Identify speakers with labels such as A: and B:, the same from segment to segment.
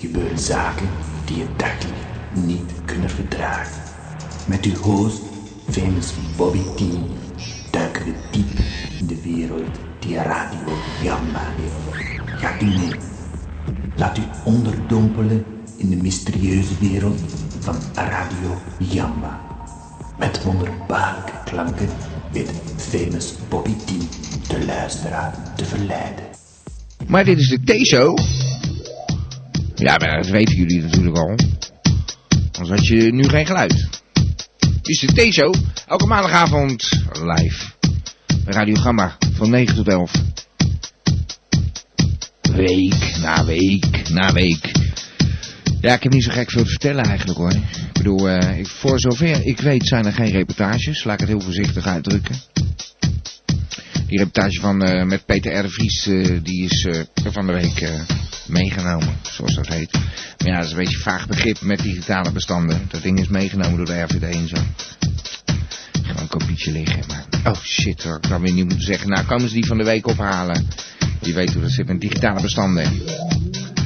A: gebeuren zaken die je dagelijks niet kunnen verdragen. Met uw host, famous Bobby T, duiken we diep in de wereld die Radio Gamma heeft. Gaat u mee? Laat u onderdompelen in de mysterieuze wereld van Radio Jamba. Met wonderbaarlijke klanken weet famous Bobby T de luisteraar te verleiden.
B: Maar dit is de T-show. Ja, maar dat weten jullie natuurlijk al. Anders had je nu geen geluid. Dit is de T-show. Elke maandagavond live. Bij Radio Gamma van 9 tot 11. Week na week na week. Ja, ik heb niet zo gek veel te vertellen eigenlijk hoor. Ik bedoel, eh, ik, voor zover ik weet zijn er geen reportages. Laat ik het heel voorzichtig uitdrukken. Die reportage van, eh, met Peter R. de Vries, eh, die is eh, van de week eh, meegenomen, zoals dat heet. Maar ja, dat is een beetje een vaag begrip met digitale bestanden. Dat ding is meegenomen door de RVD en zo. Gewoon een kopietje liggen. Maar... Oh shit, hoor. ik kan weer niet moeten zeggen. Nou, komen ze die van de week ophalen? Je weet hoe dat zit met digitale bestanden.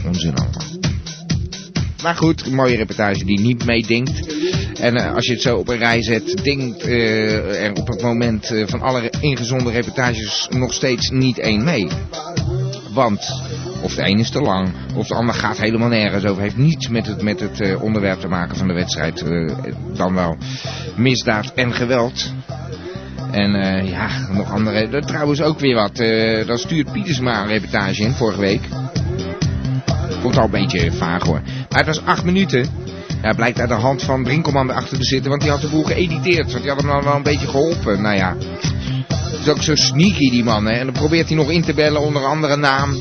B: Onzin allemaal. Maar goed, een mooie reportage die niet meedenkt. En eh, als je het zo op een rij zet, denkt eh, er op het moment eh, van alle ingezonde reportages nog steeds niet één mee. Want of de een is te lang, of de ander gaat helemaal nergens over. Heeft niets met het, met het eh, onderwerp te maken van de wedstrijd. eh, dan wel misdaad en geweld. En eh, ja, nog andere. dat Trouwens ook weer wat. eh dan stuurt Pietersma een reportage in vorige week. Komt al nou een beetje vaag hoor. Maar het was acht minuten. Ja, blijkt uit de hand van Brinkelman erachter te zitten. Want die had de boel geëditeerd. Want die had hem dan wel een beetje geholpen. Nou ja. Het is ook zo sneaky die man hè. En dan probeert hij nog in te bellen onder een andere naam.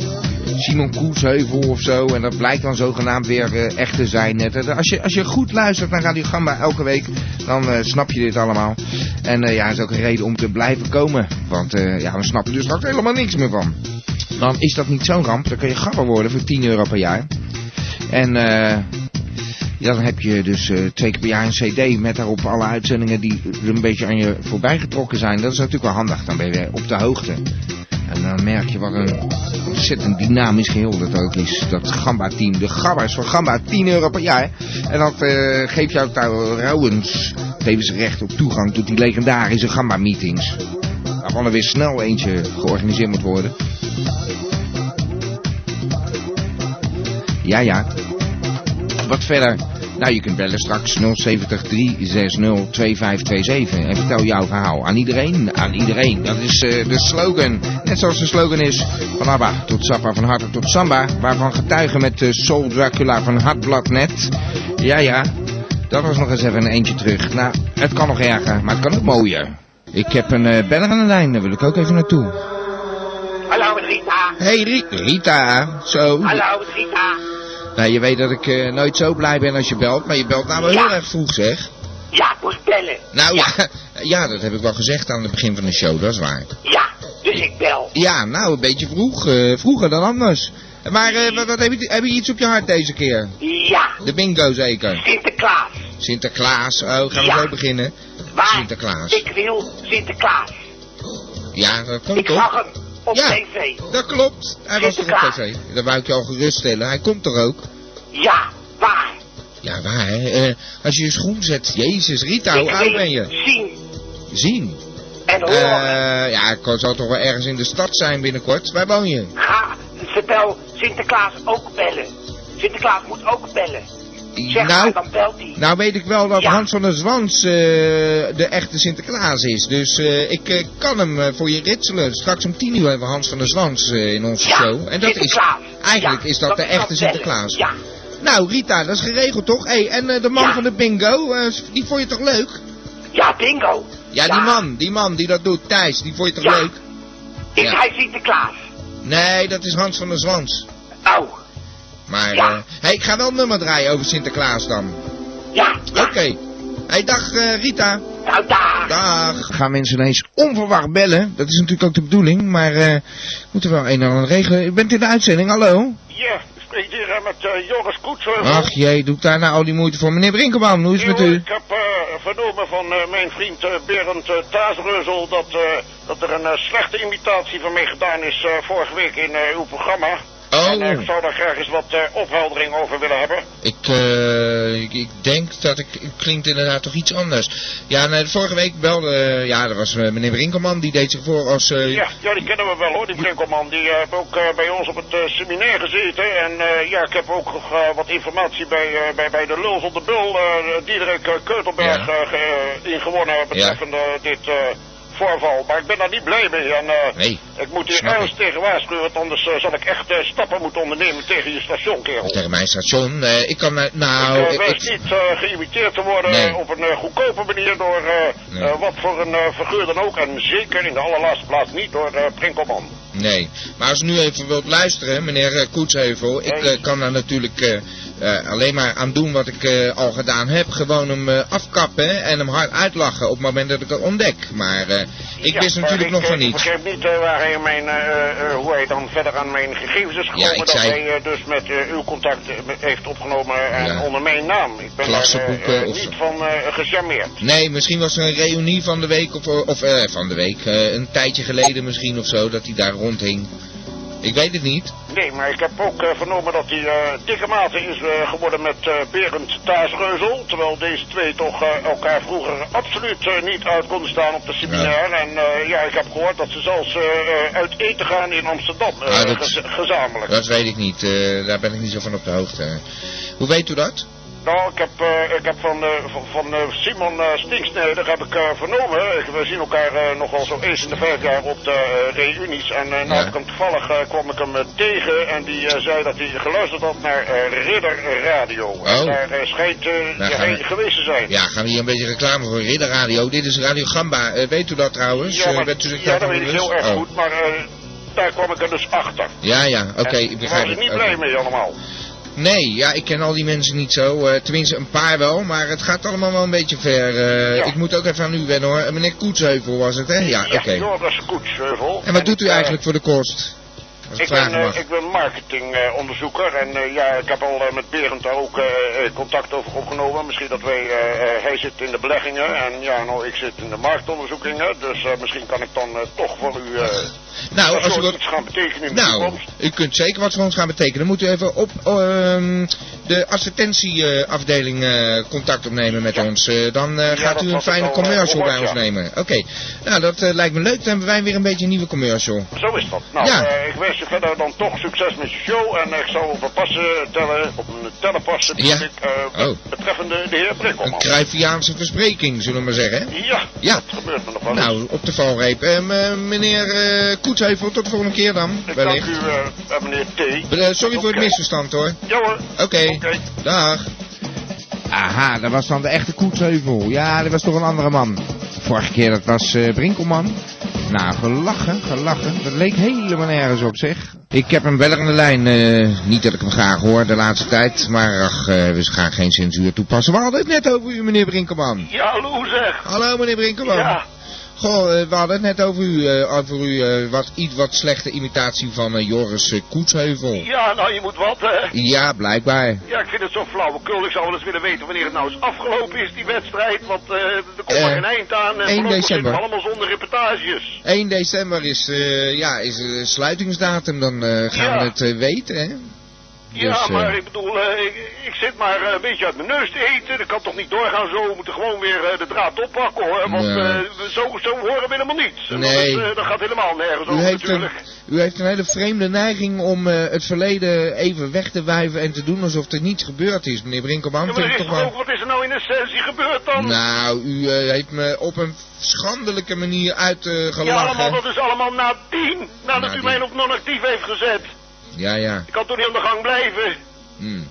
B: Simon Koesheuvel of zo. En dat blijkt dan zogenaamd weer eh, echt te zijn. net. En Als je, als je goed luistert naar Radio Gamba elke week. Dan eh, snap je dit allemaal. En eh, ja, het is ook een reden om te blijven komen. Want eh, ja, we snappen er straks helemaal niks meer van. Dan is dat niet zo'n ramp. Dan kun je gabber worden voor 10 euro per jaar. En eh, ja, dan heb je dus eh, twee keer per jaar een cd met daarop alle uitzendingen die er een beetje aan je voorbij getrokken zijn. Dat is natuurlijk wel handig, dan ben je weer op de hoogte. En dan merk je wat een ontzettend dynamisch geheel dat ook is. Dat Gamba-team, de Gambas van Gamba, 10 euro per jaar. En dat eh, geeft jou trouwens tevens recht op toegang tot die legendarische Gamba-meetings. Waarvan er weer snel eentje georganiseerd moet worden. Ja, ja. Wat verder? Nou, je kunt bellen straks 070 360 2527 en vertel jouw verhaal aan iedereen. Aan iedereen. Dat is eh, de slogan. Net zoals de slogan is van ABBA tot Zappa, van Harte tot Samba. Waarvan getuigen met de Soul Dracula van Hartblad net. Ja, ja. Dat was nog eens even een eentje terug. Nou, het kan nog erger, maar het kan ook mooier. Ik heb een eh, beller aan de lijn, daar wil ik ook even naartoe.
C: Hallo Rita.
B: Hey Ri- Rita, zo.
C: Hallo Rita.
B: Nou, je weet dat ik eh, nooit zo blij ben als je belt, maar je belt nou wel
C: Ja.
B: heel erg vroeg, zeg.
C: Ja, ik moest bellen.
B: Nou ja. ja, dat heb ik wel gezegd aan het begin van de show, dat is waar.
C: Ja, dus ik bel.
B: Ja, nou, een beetje vroeg, eh, vroeger dan anders. Maar eh, wat, wat heb, je, heb je iets op je hart deze keer?
C: Ja,
B: De bingo zeker.
C: Sinterklaas.
B: Sinterklaas, oh, gaan we
C: Ja.
B: zo beginnen?
C: Maar
B: Sinterklaas.
C: ik wil Sinterklaas.
B: Ja, dat komt
C: Ik
B: Oh, toch?
C: zag hem op
B: Ja.
C: tv.
B: Dat klopt. Hij was er op
C: Sinterklaas.
B: tv. Dat wou ik je al geruststellen. Hij komt er ook.
C: Ja, waar?
B: Ja, waar hè? Eh, als je je schoen zet, jezus, Rita, Nou, hoe
C: ik
B: oud
C: wil
B: ben je?
C: zien
B: Zien.
C: en
B: Eh,
C: horen.
B: ja, ik zal toch wel ergens in de stad zijn binnenkort. Waar woon je?
C: Ga, ze bel Sinterklaas ook bellen. Sinterklaas moet ook bellen.
B: nou,
C: Zeg maar, dan belt hij.
B: nou weet ik wel dat
C: Ja.
B: Hans van der Zwans eh, de echte Sinterklaas is. Dus eh, ik eh, kan hem eh, voor je ritselen. Straks om tien uur hebben we Hans van der Zwans eh, in onze
C: ja,
B: show. En dat is,
C: Sinterklaas.
B: eigenlijk
C: Ja,
B: is dat, de
C: dan
B: echte
C: bellen.
B: Sinterklaas.
C: Ja,
B: Nou Rita, dat is geregeld toch? Hey, en eh, de man
C: Ja.
B: van de bingo, eh, die vond je toch leuk?
C: ja bingo.
B: Ja, die man, die man die dat doet, Thijs, die vond je toch
C: Ja.
B: leuk?
C: Is
B: Ja.
C: hij Sinterklaas?
B: Nee, dat is Hans van der Zwans.
C: Oh,
B: Maar,
C: Ja.
B: eh, hey, ik ga wel een nummer draaien over Sinterklaas dan.
C: ja.
B: Oké. Hey, dag eh, Rita.
C: Nou, daar.
B: Dag. Gaan mensen ineens onverwacht bellen? Dat is natuurlijk ook de bedoeling, maar eh moeten we wel een en ander regelen. U bent in de uitzending, hallo?
D: Ja, ik spreek hier eh, met eh, Joris Koetsheuvel.
B: Ach jee, doet daar nou al die moeite voor. Meneer Brinkelman, hoe is het met
D: Joris,
B: u?
D: Ik heb eh, vernomen van eh, mijn vriend eh, Berend eh, Taasreuzel dat, eh, dat er een eh, slechte imitatie van mij gedaan is eh, vorige week in eh, uw programma.
B: Oh.
D: En eh, ik zou daar graag eens wat eh, opheldering over willen hebben.
B: Ik, eh, ik, ik denk dat ik, het klinkt inderdaad toch iets anders. Ja, nee, vorige week belde, eh, ja, dat was eh, meneer Brinkelman, die deed zich voor als... eh,
D: Ja, ja, die kennen we wel hoor, die Brinkelman. Die eh, heeft ook eh, bij ons op het eh, seminar gezeten. En eh, ja, ik heb ook nog eh, wat informatie bij, eh, bij, bij de lul van de bul, eh Diederik eh, Keutelberg,
B: Ja.
D: eh, ge- eh, ingewonnen betreffende dit eh, voorval. Maar ik ben daar niet blij mee. En, eh,
B: Nee,
D: Ik moet hier
B: Snap ik.
D: ergens tegen waarschuwen, want anders eh, zal ik echt eh, stappen moeten ondernemen tegen je station, kerel.
B: tegen mijn station. eh, ik kan, eh, nou...
D: Ik eh,
B: ik-
D: wens
B: ik-
D: niet eh, geïmiteerd te worden
B: Nee.
D: eh, op een eh, goedkope manier door eh,
B: Nee.
D: eh, wat voor een eh, figuur dan ook. En zeker in de allerlaatste plaats niet door eh Prinkelman.
B: Nee, maar als u nu even wilt luisteren, meneer eh, Koetsheuvel, ik
D: Nee.
B: eh, kan daar natuurlijk eh, eh, alleen maar aan doen wat ik eh, al gedaan heb. Gewoon hem eh, afkappen en hem hard uitlachen op het moment dat ik het ontdek. Maar eh, ik
D: Ja,
B: wist
D: maar
B: natuurlijk
D: ik,
B: nog
D: eh,
B: van
D: Ik
B: niet.
D: begreep niet eh, waar hij mijn, eh, eh, hoe hij dan verder aan mijn gegevens is gekomen.
B: ik
D: dat
B: zei-
D: hij eh, dus met eh, uw contact eh, heeft opgenomen en
B: Ja.
D: onder mijn naam. Ik ben daar eh,
B: Klassenboeken
D: eh,
B: of-
D: niet van eh gecharmeerd.
B: Nee, misschien was er een reunie van de week of, of eh, van de week. eh, een tijdje geleden misschien of zo, dat hij daar rondhing. Ik weet het niet.
D: Nee, maar ik heb ook eh, vernomen dat hij eh, dikke mate is eh, geworden met eh Berend Taasreuzel. Terwijl deze twee toch eh, elkaar vroeger absoluut eh, niet uit konden staan op de seminar. En eh, ja, ik heb gehoord dat ze zelfs eh, eh, uit eten gaan in Amsterdam. eh,
B: Ah, dat-
D: gez- gezamenlijk.
B: Dat weet ik niet. eh, daar ben ik niet zo van op de hoogte. Hoe weet u dat?
D: Nou, ik heb, eh, ik heb van, eh, van, van, eh, Simon eh, Stinksneder heb ik eh, vernomen. Ik- We zien elkaar eh, nog wel zo eens in de vijf jaar op de eh, reunies. En eh, nou,
B: Ja.
D: heb ik hem toevallig eh, kwam ik hem eh, tegen en die eh, zei dat hij geluisterd had naar eh, Ridder Radio.
B: Oh.
D: En daar eh, schijnt eh,
B: Daar gaan
D: hij
B: we-
D: geweest te zijn.
B: Ja, gaan we hier een beetje reclame voor Ridder Radio. Dit is Radio Gamba. Eh, weet u dat trouwens?
D: Ja,
B: Eh,
D: maar-
B: bent u zich
D: ja, dat
B: daarvan
D: weet ik
B: bewust?
D: heel erg
B: Oh.
D: goed, maar eh, daar kwam ik er dus achter.
B: Ja, ja, oké,
D: En
B: ik begrijp
D: Daar was
B: het.
D: ik niet
B: Oké.
D: blij mee allemaal.
B: Nee, ja, ik ken al die mensen niet zo. eh, tenminste, een paar wel, maar het gaat allemaal wel een beetje ver. eh,
D: Ja.
B: Ik moet ook even aan u wennen hoor. Eh, Meneer Koetsheuvel was het, hè? Ja, Ah, oké.
D: Joris Koetsheuvel.
B: En wat doet u
D: ik, eh,
B: eigenlijk voor de kost? Als ik
D: Ik ben,
B: vragen
D: eh,
B: mag.
D: ik ben marketingonderzoeker en eh, ja, ik heb al eh, met Berend daar ook eh, eh, contact over opgenomen. Misschien dat wij, eh, eh, hij zit in de beleggingen en ja, nou, ik zit in de marktonderzoekingen. Dus eh, misschien kan ik dan eh, toch voor u eh,
B: nou,
D: dat
B: als u
D: soort
B: wat...
D: iets gaan betekenen in de
B: Nou,
D: toekomst.
B: u kunt zeker wat voor ons gaan betekenen. Moet u even op ehm, de advertentieafdeling eh, contact opnemen met
D: Ja.
B: ons. eh, dan eh,
D: Ja,
B: gaat
D: dat
B: u een
D: had ik
B: fijne
D: al, eh,
B: commercial bij
D: gehoord,
B: ons
D: ja.
B: nemen. Oké, nou dat eh, lijkt me leuk. Dan hebben wij weer een beetje een nieuwe commercial.
D: Zo is dat. Nou,
B: Ja.
D: eh, ik wens je verder dan toch succes met je show en ik zal op een passen tellen, op een tellen passen,
B: Ja.
D: ik, eh,
B: Oh.
D: betreffende de heer
B: Een
D: Brinkelman.
B: Cruyffiaanse verspreking, zullen we maar zeggen. hè?
D: Ja,
B: Ja.
D: dat gebeurt me nog wel. eens.
B: Nou, op de valreep. Eh, m- meneer eh Koetsheuvel, tot de volgende keer dan.
D: ik dank
B: Wellicht.
D: u, eh, meneer T.
B: Eh, sorry voor het
D: Oké.
B: misverstand hoor.
D: Ja hoor.
B: Oké, dag.
E: Aha, dat was dan de echte koetsheuvel. Ja, dat was toch een andere man. Vorige keer dat was eh, Brinkelman. Nou, gelachen, gelachen. Dat leek helemaal nergens op, zeg.
B: Ik heb een beller aan de lijn. eh, niet dat ik hem graag hoor de laatste tijd. Maar ach, eh, we gaan geen censuur toepassen. We hadden het net over u, meneer Brinkelman.
D: Ja, hallo zeg.
B: Hallo, meneer Brinkelman.
D: Ja,
B: Goh, eh, we hadden het net over u. eh, over uw eh, wat, iets wat slechte imitatie van eh, Joris eh, Koetsheuvel.
D: ja, nou je moet wat, hè.
B: Ja, blijkbaar.
D: Ja, ik vind het zo flauwekul. Ik zou wel eens willen weten wanneer het nou eens afgelopen is, die wedstrijd. Want eh, er komt
B: Eh,
D: maar geen eind aan.
B: 1
D: En voorlopig
B: december.
D: zitten we allemaal zonder reportages.
B: 1 december is, eh, ja, is eh, sluitingsdatum. Dan eh, gaan we
D: Ja.
B: het eh, weten, hè?
D: ja,
B: Dus, eh,
D: maar ik bedoel, eh, ik, ik zit maar eh, een beetje uit mijn neus te eten. Dat kan toch niet doorgaan zo. We moeten gewoon weer eh, de draad oppakken, hoor. Want
B: Nee.
D: eh, we- zo, zo horen we helemaal niets. En dat,
B: Nee.
D: is, eh, dat gaat helemaal nergens
B: U
D: over,
B: heeft, een,
D: natuurlijk.
B: u heeft een hele vreemde neiging om eh, het verleden even weg te wuiven en te doen alsof er niets gebeurd is. Meneer Brinkelman,
D: Ja, maar
B: vind
D: er
B: ik
D: is
B: toch
D: toch ook,
B: wel...
D: wat is er nou in essentie gebeurd dan?
B: Nou, u eh, heeft me op een schandelijke manier
D: ja,
B: uitgelachen.
D: allemaal, dat is allemaal na tien. Nadat
B: Na
D: u
B: tien.
D: mij op non-actief heeft gezet.
B: ja, ja.
D: Ik kan toch niet aan de gang blijven.
B: Hm.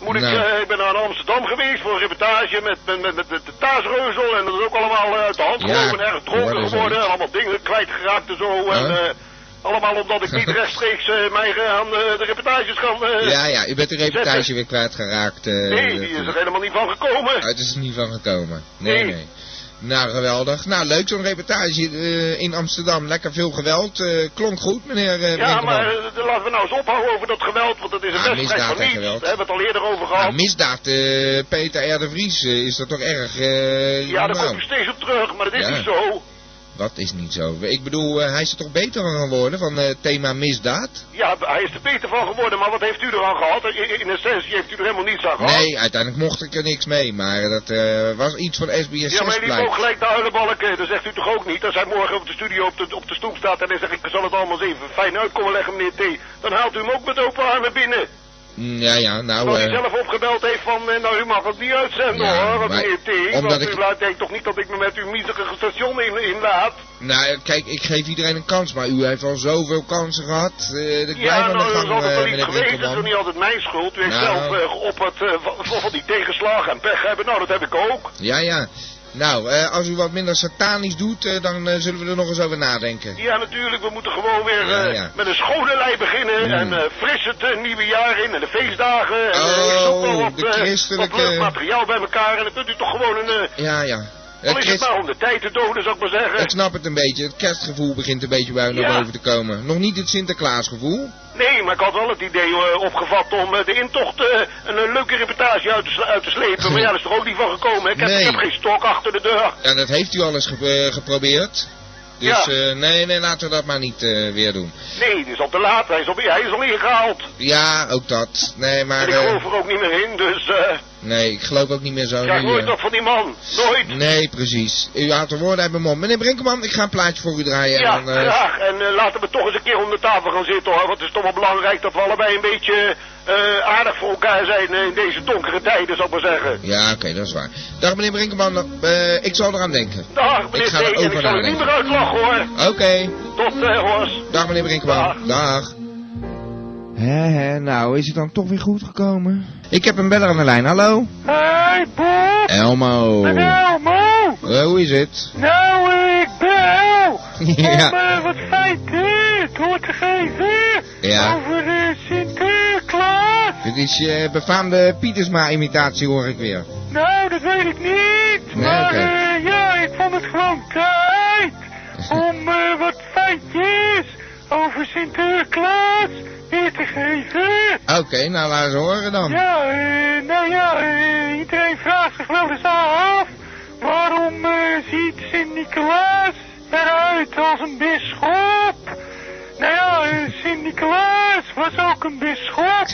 D: Moet ik,
B: Nou.
D: eh, ik ben naar Amsterdam geweest voor een reportage met, met, met, met, met de taasreuzel. En dat is ook allemaal eh, uit de hand
B: Ja,
D: gelopen. erg
B: hoorde
D: dronken
B: zoiets.
D: geworden. Allemaal dingen kwijtgeraakt en zo. En,
B: Huh?
D: eh, allemaal omdat ik niet rechtstreeks eh, mij eh, aan eh, de reportages kan... eh,
B: Ja, ja, u bent de reportage
D: zetten.
B: weer kwijtgeraakt. eh
D: Nee, die is er helemaal niet van
B: Ah,
D: gekomen.
B: het is er niet van gekomen. Nee, nee.
D: Nee.
B: Nou, geweldig. Nou, leuk zo'n reportage eh, in Amsterdam. Lekker veel geweld. Eh, klonk goed, meneer eh
D: Ja,
B: Brinkelman.
D: maar eh, laten we nou eens ophouden over dat geweld, want dat is een
B: Ah,
D: wedstrijd
B: misdaad
D: van
B: en
D: niets.
B: geweld.
D: We hebben het al eerder over
B: Ah,
D: gehad.
B: misdaad, eh, Peter R. de Vries, eh, is dat toch erg eh
D: Ja, daar
B: normaal?
D: komt u steeds op terug, maar dat is
B: Ja.
D: niet zo.
B: Dat is niet zo. Ik bedoel, eh, hij is er toch beter van geworden, van eh, thema misdaad?
F: Ja, hij is er beter van geworden, maar wat heeft u er aan gehad? In, in essentie heeft u er helemaal niets aan gehad.
B: Nee, uiteindelijk mocht ik er niks mee, maar dat eh, was iets van SBS
F: Ja, maar
B: 6
F: hij liep ook
B: blijkt.
F: gelijk de uilenbalken. Dat zegt u toch ook niet? Als hij morgen op de studio op de, op de stoep staat en hij zegt... ik zal het allemaal eens even fijn uitkomen leggen, meneer T. Dan haalt u hem ook met open armen binnen.
B: Mm, Ja, ja, nou...
F: Als hij
B: eh,
F: zelf opgebeld heeft van... eh, nou, u mag het niet uitzenden,
B: Ja,
F: hoor,
B: maar-
F: meneer T.
B: omdat
F: Want
B: ik-
F: u laat, denkt toch niet dat ik me met uw miezerige station in, inlaat?
B: nou, eh, kijk, ik geef iedereen een kans, maar u heeft al zoveel kansen gehad. eh dat ik blijf
F: Ja,
B: aan de
F: nou, dat
B: gang,
F: is altijd
B: eh,
F: wel iets
B: meneer
F: geweest. Dat is
B: Winkelman.
F: toch niet altijd mijn schuld. U heeft
B: Nou.
F: zelf eh, geopperd eh, van, van- van die tegenslagen en pech hebben. Nou, dat heb ik ook.
B: Ja, ja. Nou, eh, als u wat minder satanisch doet, eh, dan eh, zullen we er nog eens over nadenken.
F: Ja, natuurlijk. We moeten gewoon weer eh,
B: Ja, ja.
F: met een schone lei beginnen. En eh, fris het eh, nieuwe jaar in en de feestdagen. En, eh, ik
B: Oh,
F: zoek wel wat,
B: de
F: eh,
B: christelijke-
F: wat leuk materiaal bij elkaar. En dan kunt u toch gewoon een... eh,
B: Ja, ja. Eh,
F: al is het
B: Christ-
F: maar om de tijd te doden, zou ik maar zeggen.
B: ik snap het een beetje. Het kerstgevoel begint een beetje bij u
F: Ja.
B: naar boven te komen. Nog niet het Sinterklaasgevoel.
F: Nee, maar ik had wel het idee eh, opgevat om eh, de intocht eh, een, een leuke reportage uit te, sle- uit te slepen. Maar ja, dat is er ook niet van gekomen. hè. Ik heb,
B: Nee.
F: ik heb geen stok achter de deur.
B: Ja, dat heeft u al eens ge- eh, geprobeerd. Dus
F: Ja.
B: eh, nee, nee, laten we dat maar niet eh, weer doen.
F: Nee, het is al te laat. Hij is al, hij is al ingehaald.
B: Ja, ook dat. Nee, maar...
F: en ik
B: eh, oh,
F: geloof er ook niet meer in, dus eh
B: nee, ik geloof ook niet meer zo
F: ik krijg
B: nu,
F: nooit
B: eh.
F: nog van die man. Nooit.
B: Nee, precies. U haalt de woorden uit mijn mond. Meneer Brinkman, ik ga een plaatje voor u draaien.
F: Ja,
B: en dan, eh,
F: graag. En eh, laten we toch eens een keer om de tafel gaan zitten hoor. Want het is toch wel belangrijk dat we allebei een beetje eh, aardig voor elkaar zijn eh, in deze donkere tijden, zou ik maar zeggen.
B: Ja, oké, dat is waar. Dag meneer Brinkman, eh, ik zal eraan denken.
F: Dag meneer
B: Ik ga er
F: T. En
B: ook
F: ik
B: aan
F: zal u
B: nadenken.
F: niet meer uitlachen hoor.
B: Oké,
F: Tot eh Horst.
B: dag meneer Brinkman. Dag. Hé, hé, nou is het dan toch weer goed gekomen? Ik heb een beller aan de lijn, hallo?
G: Hey, Bob!
B: Elmo.
G: Nou, Mo!
B: Eh, hoe is het?
G: Nou, eh, ik bel!
B: Ja.
G: Om eh, wat feit eh, door te geven
B: Ja.
G: over de Sinterklaas!
B: Dit is je befaamde Pietersma-imitatie hoor ik weer.
G: Nou, dat weet ik niet,
B: Nee,
G: maar
B: oké.
G: eh, ja, ik vond het gewoon tijd om eh, wat feitjes over Sinterklaas weer te geven.
B: Oké, nou laat ze horen dan.
G: Ja, eh, nou ja, eh, iedereen vraagt zich wel eens af waarom eh, ziet Sint-Nicolaas eruit als een bisschop? Nou ja, eh, Sint-Nicolaas was ook een bisschop.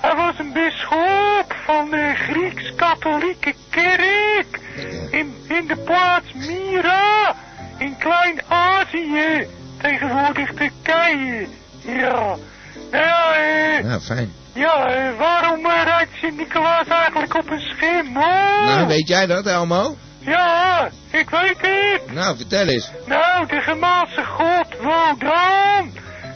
G: Hij was een bisschop van de Grieks-katholieke kerk in, in de plaats Myra in Klein-Azië, tegenwoordig Turkije. Ja, nou ja, eh,
B: Nou, fijn.
G: ja, eh, waarom eh, rijdt Sint-Nicolaas eigenlijk op een schim, hoor?
B: Nou, weet jij dat, Elmo?
G: Ja, ik weet het.
B: Nou, vertel eens.
G: Nou, de Germaanse god Wodan.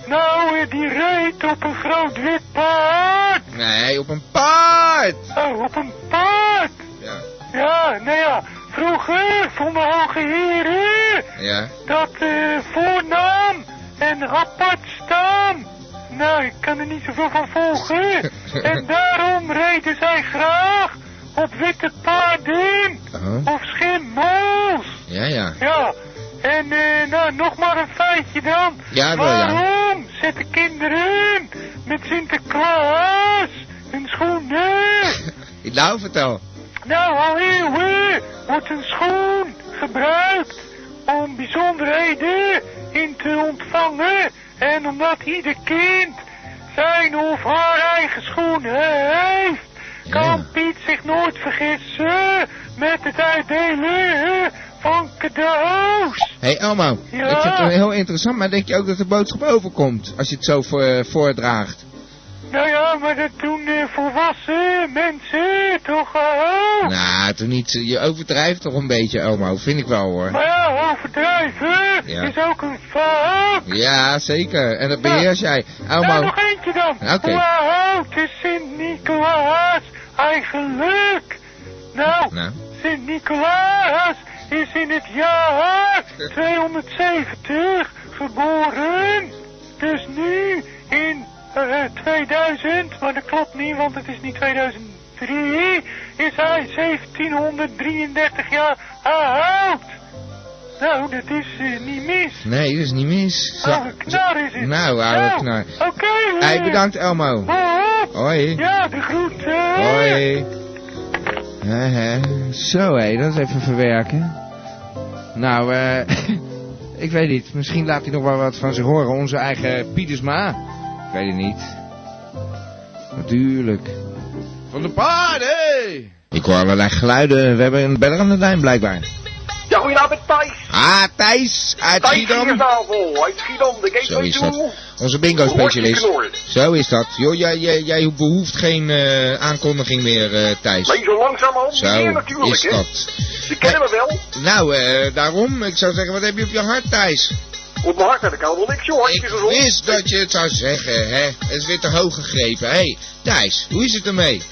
G: Nou, eh, die reed op een groot wit paard.
B: Nee, op een paard!
G: Oh, op een paard.
B: Ja,
G: Ja, nou ja, vroeger vonden hoge heren
B: ja.
G: dat eh, voornaam en apart staan. Nou, ik kan er niet zoveel van volgen. en daarom reden zij graag op witte paarden
B: Oh,
G: of schimmels.
B: ja, ja.
G: Ja, en eh, nou, nog maar een feitje dan.
B: Ja, wel, ja.
G: Waarom zetten kinderen met Sinterklaas hun schoenen?
B: Nou, vertel.
G: Nou, al eeuwen wordt een schoen gebruikt om bijzonderheden in te ontvangen. En omdat ieder kind zijn of haar eigen schoen heeft, kan
B: Ja.
G: Piet zich nooit vergissen met het uitdelen van cadeaus.
B: Hé hey Elmo,
G: Ja?
B: ik vind het heel interessant, maar denk je ook dat de boodschap overkomt als je het zo voor- eh, voordraagt?
G: Nou ja, maar dat doen eh, volwassen mensen toch eh, ook.
B: Nou, toch niet, je overdrijft toch een beetje Elmo, vind ik wel hoor.
G: Maar ja, overdrijven
B: Ja.
G: is ook een vak.
B: Ja, zeker, en dat beheers jij.
G: Nou,
B: Elmo,
G: nog eentje dan.
B: Oké.
G: Hoe oud is Sint-Nicolaas eigenlijk? Nou,
B: nou,
G: Sint-Nicolaas is in het jaar 270 geboren. Dus nu in eh, eh, 2000, maar dat klopt niet, want het is niet 2003, is hij 1733 jaar oud. Nou, dat is eh, niet mis.
B: nee, dat is niet mis. Zo-
G: Oude knar is het.
B: Nou, oude knar.
G: Oké. eh,
B: Hé, bedankt Elmo.
G: Bob.
B: Hoi.
G: Ja, de groeten.
B: Hoi. Hè, hè. Zo hé, dat is even verwerken. Nou, eh
H: eh, Ik weet niet. Misschien laat hij nog wel wat van zich horen. Onze eigen Pietersma. Ik weet het niet. Natuurlijk. Van de paarden!
B: Ik hoor allerlei geluiden. We hebben een beller aan de lijn blijkbaar.
C: Ja, goedenavond Thijs.
B: Ah, Thijs uit
C: Thijs hier
B: Schiedam.
C: tafel. Uit Schiedam, de
B: Zo
C: gateway
B: is dat.
C: to...
B: Onze bingo-specialist. Zo is dat. Joh, jij, jij, jij behoeft geen eh, aankondiging meer, eh, Thijs.
C: Nee, zo langzamerhand niet meer
B: Zo
C: natuurlijk,
B: is
C: hè.
B: dat.
C: Ze kennen me wel.
B: Nou, eh, daarom. Ik zou zeggen, wat heb je op je hart, Thijs?
C: Op mijn hart heb ik helemaal niks, joh.
B: Ik
C: Hartstikke gezond.
B: wist dat je het zou zeggen, hè. Het is weer te hoog gegrepen. Hé, hey, Thijs, hoe is het ermee?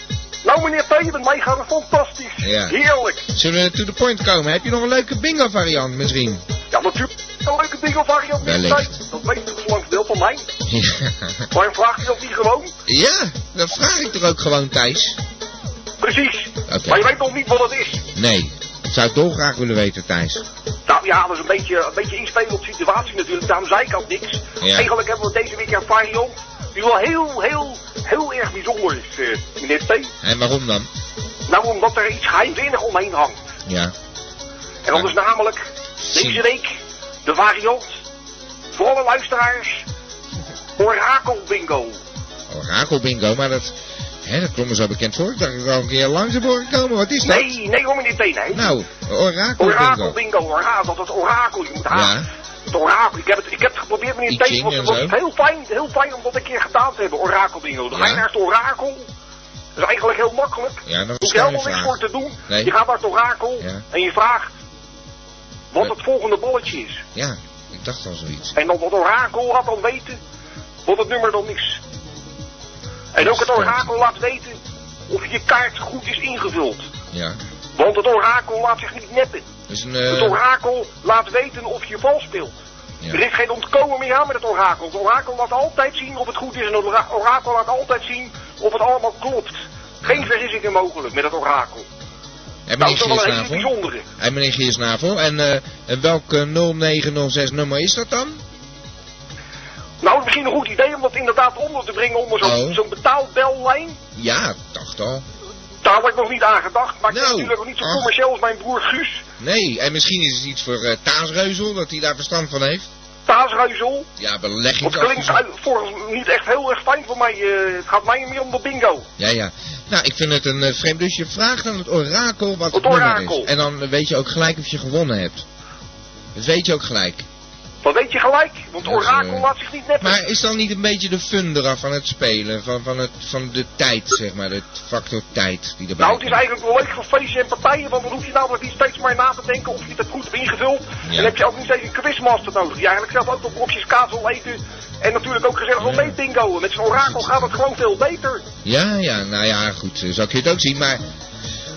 C: Nou, meneer T, met mij gaat het fantastisch.
B: Ja.
C: Heerlijk.
B: Zullen we to the point komen? Heb je nog een leuke bingo-variant misschien?
C: Ja, natuurlijk. Een leuke bingo variant meneer
B: Wellicht.
C: Thijs. Dat weet u langs deel van mij. Waarom vraagt u dat niet gewoon?
B: ja, dat vraag ik toch ook gewoon, Thijs?
C: Precies.
B: Oké.
C: Maar je weet nog niet wat het is.
B: Nee, dat zou ik dolgraag willen weten, Thijs.
C: Nou ja, dat is een beetje, een beetje inspelen op de situatie natuurlijk. Daarom zei ik al niks.
B: Ja.
C: Eigenlijk hebben we deze week een variant die wel heel, heel, heel erg bijzonder is, eh, meneer T.
B: En waarom dan?
C: Nou, omdat er iets geheimzinnig omheen hangt.
B: Ja.
C: En dat is namelijk deze week de variant voor alle luisteraars Orakel Bingo.
B: Orakelbingo, Oh, maar dat, hè, dat klonk me zo bekend voor. Ik dacht dat ik al een keer langs heb horen komen. Wat is dat?
C: Nee, nee hoor meneer T, nee.
B: Nou,
C: Orakel
B: orakelbingo.
C: Bingo, orakel, dat is orakel, je moet haast.
B: Ja,
C: Het orakel, ik heb het, ik heb het geprobeerd meneer
B: I
C: T,
B: Ching
C: want
B: en
C: het was
B: zo.
C: heel fijn, heel fijn om dat een keer gedaan te hebben, orakel Bingo. Dan ga je
B: Ja.
C: naar het orakel, dat is eigenlijk heel makkelijk.
B: ja, dat
C: Hoef
B: was
C: je
B: een
C: helemaal niks voor
B: vraag.
C: te doen.
B: Nee.
C: Je gaat naar het orakel
B: Ja.
C: en je vraagt wat
B: Ja.
C: het volgende balletje is.
B: Ja, ik dacht al zoiets.
C: En dan wat orakel had dan weten wat het nummer dan is. En ook het orakel laat weten of je kaart goed is ingevuld.
B: Ja,
C: Want het orakel laat zich niet neppen.
B: dus een...
C: Het
B: eh
C: orakel laat weten of je vals speelt.
B: ja.
C: Er is geen ontkomen meer aan met het orakel. Het orakel laat altijd zien of het goed is en het ora- orakel laat altijd zien of het allemaal klopt. Geen vergissingen mogelijk met het orakel.
B: En
C: Nou,
B: meneer
C: dat is wel een hele
B: Giersnavel?
C: bijzondere.
B: En meneer Giersnavel? En, eh, en welk eh, 0906 nummer is dat dan?
C: Nou, misschien een goed idee om dat inderdaad onder te brengen onder zo'n
B: Oh.
C: zo'n betaalbellijn.
B: Ja, dacht al.
C: Daar had ik nog niet aan gedacht, maar ik ben
B: Nou,
C: natuurlijk ook niet zo
B: ah.
C: commercieel als mijn broer Guus,
B: Nee, en misschien is het iets voor eh Taasreuzel, dat hij daar verstand van heeft.
C: taasreuzel.
B: Ja,
C: Dat klinkt
B: beleggingsadvies.
C: uit- volgens mij niet echt heel erg fijn voor mij. eh, het gaat mij meer om de bingo.
B: Ja, ja. Nou, ik vind het een eh, vreemd. Dus je vraagt aan het orakel wat
C: Het
B: het, nummer
C: orakel.
B: is. En dan weet je ook gelijk of je gewonnen hebt. Dat weet je ook gelijk.
C: Dat weet je gelijk, want
B: Dat is,
C: orakel
B: eh,
C: laat zich niet neppen.
B: Maar is dan niet een beetje de fun eraf van het spelen? Van, van, het, van de tijd, zeg maar. De factor tijd die erbij
C: nou, het is
B: komt?
C: eigenlijk wel leuk voor feestjes en partijen, want dan hoef je namelijk niet steeds maar na te denken of je het goed hebt ingevuld. En
B: Ja.
C: dan heb je ook niet steeds een quizmaster nodig, die eigenlijk zelf ook nog blokjes kaas wil eten. En natuurlijk ook gezellig wil
B: Ja.
C: mee bingoen. Met zo'n orakel gaat het gewoon veel beter.
B: Ja, ja, nou ja, goed. eh, Zo kun je het ook zien, maar...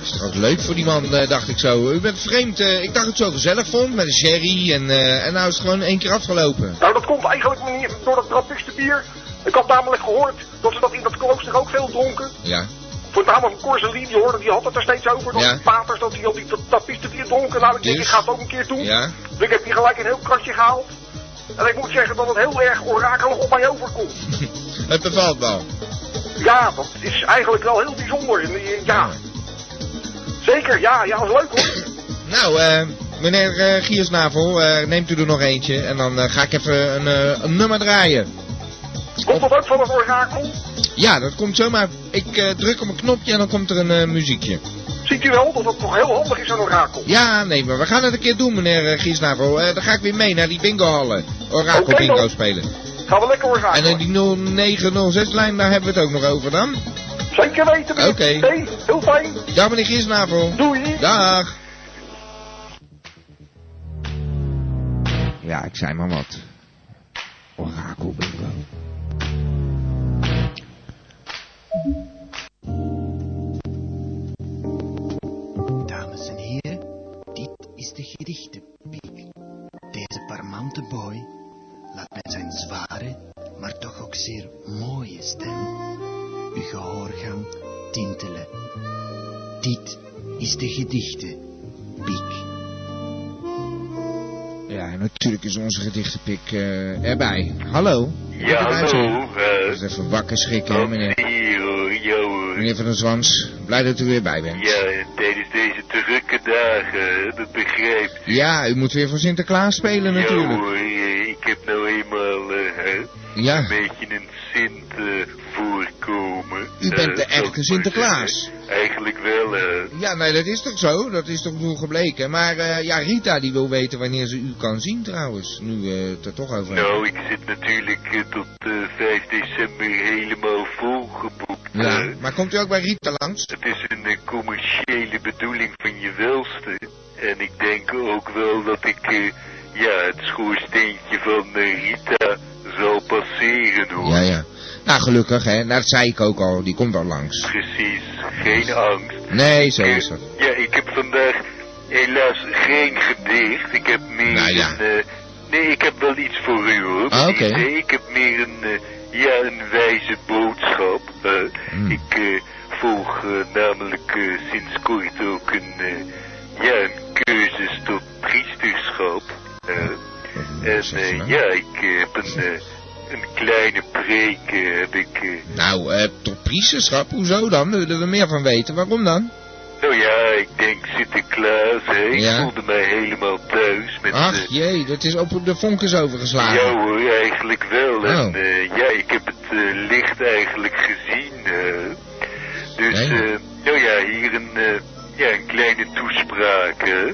B: Is toch ook leuk voor die man, eh, dacht ik zo. U bent vreemd. eh, ik dacht het zo gezellig vond met een sherry. En, eh, en nou is het gewoon één keer afgelopen.
C: Nou, dat komt eigenlijk meneer, door dat drappigste bier. Ik had namelijk gehoord dat ze dat in dat klooster ook veel dronken.
B: Ja.
C: Voornamelijk Corselien, die hoorde, die had het er steeds over. Dat
B: Ja.
C: die paters, dat die al die tapiste bier dronken. Nou, ik denk,
B: Dus?
C: ik ga het ook een keer doen.
B: Ja.
C: Dus ik heb hier gelijk een heel kratje gehaald. En ik moet zeggen dat het heel erg orakelig op mij overkomt.
B: Het bevalt wel.
C: Ja, dat is eigenlijk wel heel bijzonder. En, eh, ja, zeker. Ja, ja, dat is leuk hoor.
B: Nou, eh, meneer eh, Giersnavel, eh, neemt u er nog eentje. En dan eh, ga ik even een, eh, een nummer draaien.
C: Komt dat ook van het orakel?
B: Ja, dat komt zomaar. Ik eh, druk op een knopje en dan komt er een eh, muziekje.
C: Ziet u wel dat dat toch heel handig is, een orakel?
B: Ja, nee, maar we gaan het een keer doen, meneer eh, Giersnavel. Eh, dan ga ik weer mee naar die bingohallen. Orakel
C: Oké,
B: bingo
C: dan.
B: spelen.
C: Gaan we lekker
B: En
C: orakelen.
B: in die 0906-lijn, daar hebben we het ook nog over dan.
C: Zeker weten. meneer
B: Oké.
C: T. Heel fijn.
B: Dag meneer Giersnavel.
C: Doei.
B: Dag.
H: Ja, ik zei maar wat. Orakel bingo.
I: Dames en heren, dit is de gedichtenpiek. Deze parmante boy laat met zijn zware, maar toch ook zeer mooie stem uw gehoor gaan tintelen. Dit is de gedichtenpiek.
B: Ja, en natuurlijk is onze gedichtenpik eh, erbij. Hallo.
J: Ja,
B: Goed eruit,
J: hallo.
C: eh,
B: hè? Dat is even wakker schrikken, hè, meneer.
J: Hier, joh.
B: Meneer van der Zwans, Blij dat u weer bij bent.
J: Ja, tijdens deze drukke dagen, dat begrijp ik.
B: Ja, u moet weer voor Sinterklaas spelen
J: Ja,
B: natuurlijk.
J: hoor, eh, ik heb nou eenmaal eh, hè,
B: Ja.
J: een beetje een Sint eh, voorkomen.
B: U
J: Eh,
B: bent de
J: zal ik maar
B: echte Sinterklaas.
J: zeggen. Eigenlijk wel, eh.
B: Ja, nee, dat is toch zo? Dat is toch toen gebleken? Maar eh, ja, Rita die wil weten wanneer ze u kan zien trouwens. Nu eh, het er toch over hebben.
J: Nou, ik zit natuurlijk eh, tot eh, 5 december helemaal volgeboekt. eh.
B: Ja, maar komt u ook bij Rita langs?
J: Het is een eh, commerciële bedoeling van je welste. En ik denk ook wel dat ik eh, ja, het schoorsteentje van eh, Rita zal passeren hoor.
B: Ja, ja. Nou, gelukkig hè. Nou, dat zei ik ook al. Die komt al langs.
J: Precies, geen angst.
B: Nee, zo is dat.
J: Ja, ik heb vandaag helaas geen gedicht. Ik heb meer
B: Nou ja.
J: een... eh, nee, ik heb wel iets voor u hoor.
B: Ah, oké.
J: meneer. Nee, ik heb meer een, eh, ja, een wijze boodschap. Eh,
B: Hmm.
J: Ik eh, volg eh, namelijk eh, sinds kort ook een, eh, ja, een cursus tot priesterschap. Eh, en eh, ja, ik eh, heb een, eh, een kleine preek eh, heb ik... eh,
B: Nou, eh, tot priesterschap? Hoezo dan? Daar willen we meer van weten. Waarom dan?
J: Nou ja, ik denk Sinterklaas, hè. Ik
B: Ja. Oh,
J: voelde mij helemaal thuis met... eh,
B: Ach jee, dat is op de vonk is
J: ja
B: overgeslagen.
J: hoor, eigenlijk wel. En
B: Oh.
J: eh, ja, ik heb het eh, licht eigenlijk gezien. eh. dus,
B: Ja, ja.
J: eh, nou ja, hier een, eh, ja, een kleine toespraak. hè.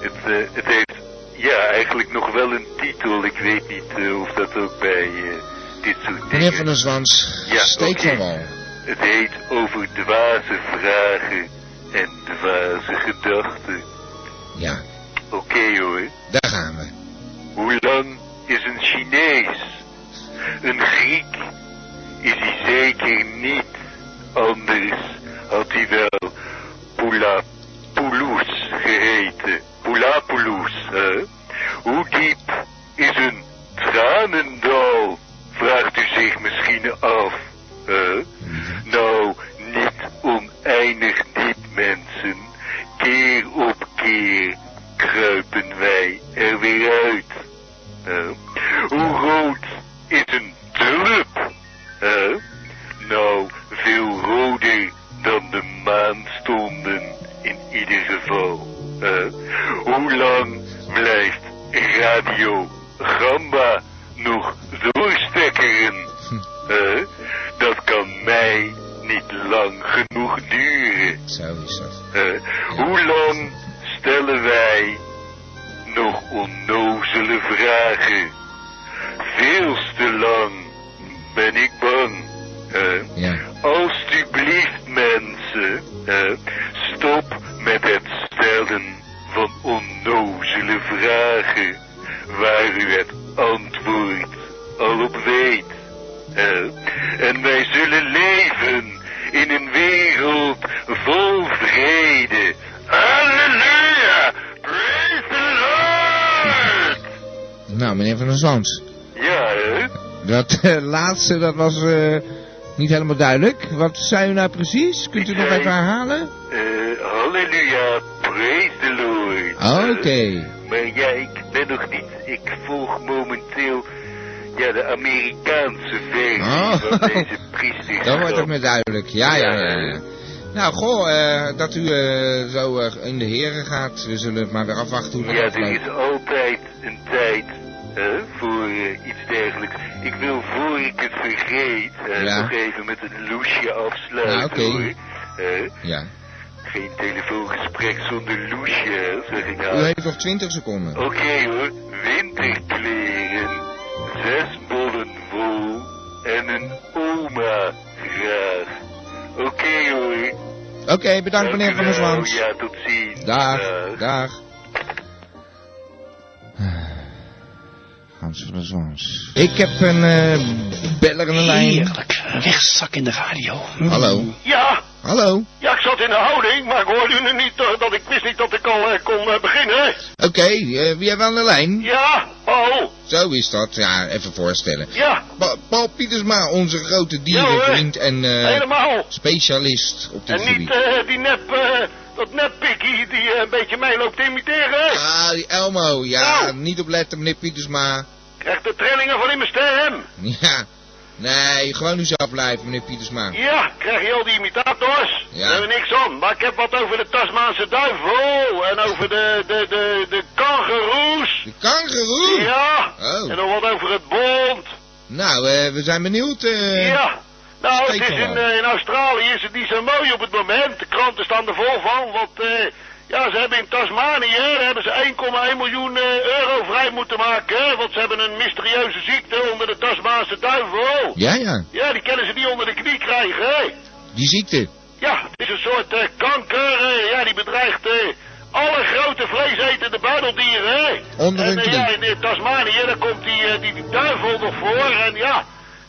J: Het, eh, het heeft ja, eigenlijk nog wel een titel. Ik weet niet eh, of dat ook bij eh, dit soort
B: Meneer
J: dingen...
B: van der Zwans,
J: Ja,
B: steek
J: oké.
B: van wal.
J: Het heet over dwaze vragen en dwaze gedachten.
B: Ja,
J: Oké hoor.
B: daar gaan we.
J: Hoe lang is een Chinees? Een Griek is hij zeker niet. Anders had hij wel Poulapoulos geheten. Poulapoulos, hè? Hoe diep is een tranendal? Vraagt u zich misschien af. hè? Nou, niet oneindig diep, mensen. Keer op keer kruipen wij er weer uit. Eh, hoe rood is een tulp? Eh, nou, veel roder dan de maanstonden in ieder geval. Eh, hoe lang blijft Radio Gamba nog doorstekkeren? Eh, dat kan mij niet lang genoeg duren.
B: Zo is dat.
J: Eh, hoe lang stellen wij nog onnozele vragen? Veel te lang ben ik bang. Eh,
B: Ja.
J: Alsjeblieft, mensen, eh, stop met het stellen van onnozele vragen waar u het antwoord al op weet. Eh, en wij zullen leven in een wereld vol vrede. Halleluja! Praise the Lord!
B: Nou, meneer van der Zwans,
J: Ja, hè?
B: dat eh, laatste, dat was eh, niet helemaal duidelijk. Wat zei u nou precies? Kunt u nog even herhalen?
J: Eh, halleluja, praise the Lord.
B: Oké.
J: Maar ja, ik ben nog niet. Ik volg momenteel ja, de Amerikaanse versie
B: Oh.
J: van deze priesterschap.
B: Dan wordt het meer duidelijk. Ja, ja, ja. ja.
J: Ja.
B: Nou, goh, eh, dat u eh, zo eh, in de heren gaat. We zullen het maar weer afwachten hoe dat
J: Ja, er
B: afloopt.
J: is altijd een tijd hè, voor eh, iets dergelijks. Ik wil voor ik het vergeet eh,
B: Ja.
J: nog even met een loesje afsluiten
B: Ja, oké.
J: hoor. Eh, Hè,
B: Ja.
J: geen telefoongesprek zonder loesje, hè, zeg ik
B: U
J: nou.
B: heeft nog 20 seconden.
J: Oké hoor, winterkleren, zes bollen wol en een oma graag. Oké hoor.
B: Oké, bedankt meneer van der
J: Dankjewel.
B: Zwans.
J: Ja, tot ziens.
F: Dus, eh,
B: Dag, dag. Hans van der Zwans. Ik heb een eh beller in de lijn.
I: Heerlijk. Wegzak in de radio.
B: Hallo.
F: Ja,
B: Hallo.
F: ja, ik zat in de houding, maar ik hoorde u nu niet eh, dat ik wist niet dat ik al eh, kon eh, beginnen.
B: Oké, eh, wie hebben we aan de lijn?
F: Ja, oh,
B: Zo is dat. Ja, even voorstellen.
F: ja,
B: Pa- Paul Pietersma, onze grote dierenvriend en eh,
F: helemaal.
B: specialist op dit
F: En
B: gebied.
F: niet eh, die nep, eh, dat neppikkie die eh, een beetje mij loopt te imiteren.
B: Ah, die Elmo. Ja,
F: Oh.
B: niet op letten, meneer Pietersma.
F: Krijg de trillingen van in mijn stem.
B: Ja. Nee, gewoon u zelf blijven, meneer Pietersma.
F: Ja, krijg je al die imitators?
B: Ja.
F: Daar hebben we niks aan. Maar ik heb wat over de Tasmaanse duivel en over de, de, de, de kangeroes.
B: De kangeroe?
F: Ja.
B: Oh.
F: En nog wat over het bond.
B: Nou, eh, we zijn benieuwd. eh.
F: ja. Nou, het
B: steek
F: is
B: maar
F: in,
B: aan.
F: eh, in Australië is het niet zo mooi op het moment. De kranten staan er vol van, want eh, ja, ze hebben in Tasmanië daar hebben ze 1,1 miljoen eh, euro vrij moeten maken. hè, Want ze hebben een mysterieuze ziekte onder de Tasmaanse duivel.
B: Ja, ja.
F: Ja, die kunnen ze niet onder de knie krijgen, hè?
B: Die ziekte.
F: Ja, het is een soort eh, kanker. eh, ja, die bedreigt eh, alle grote vleesetende buideldieren. Hè?
B: Onder
F: en
B: hun
F: eh,
B: knie.
F: ja, in eh, Tasmanië, daar komt die, eh, die, die duivel nog voor. En ja,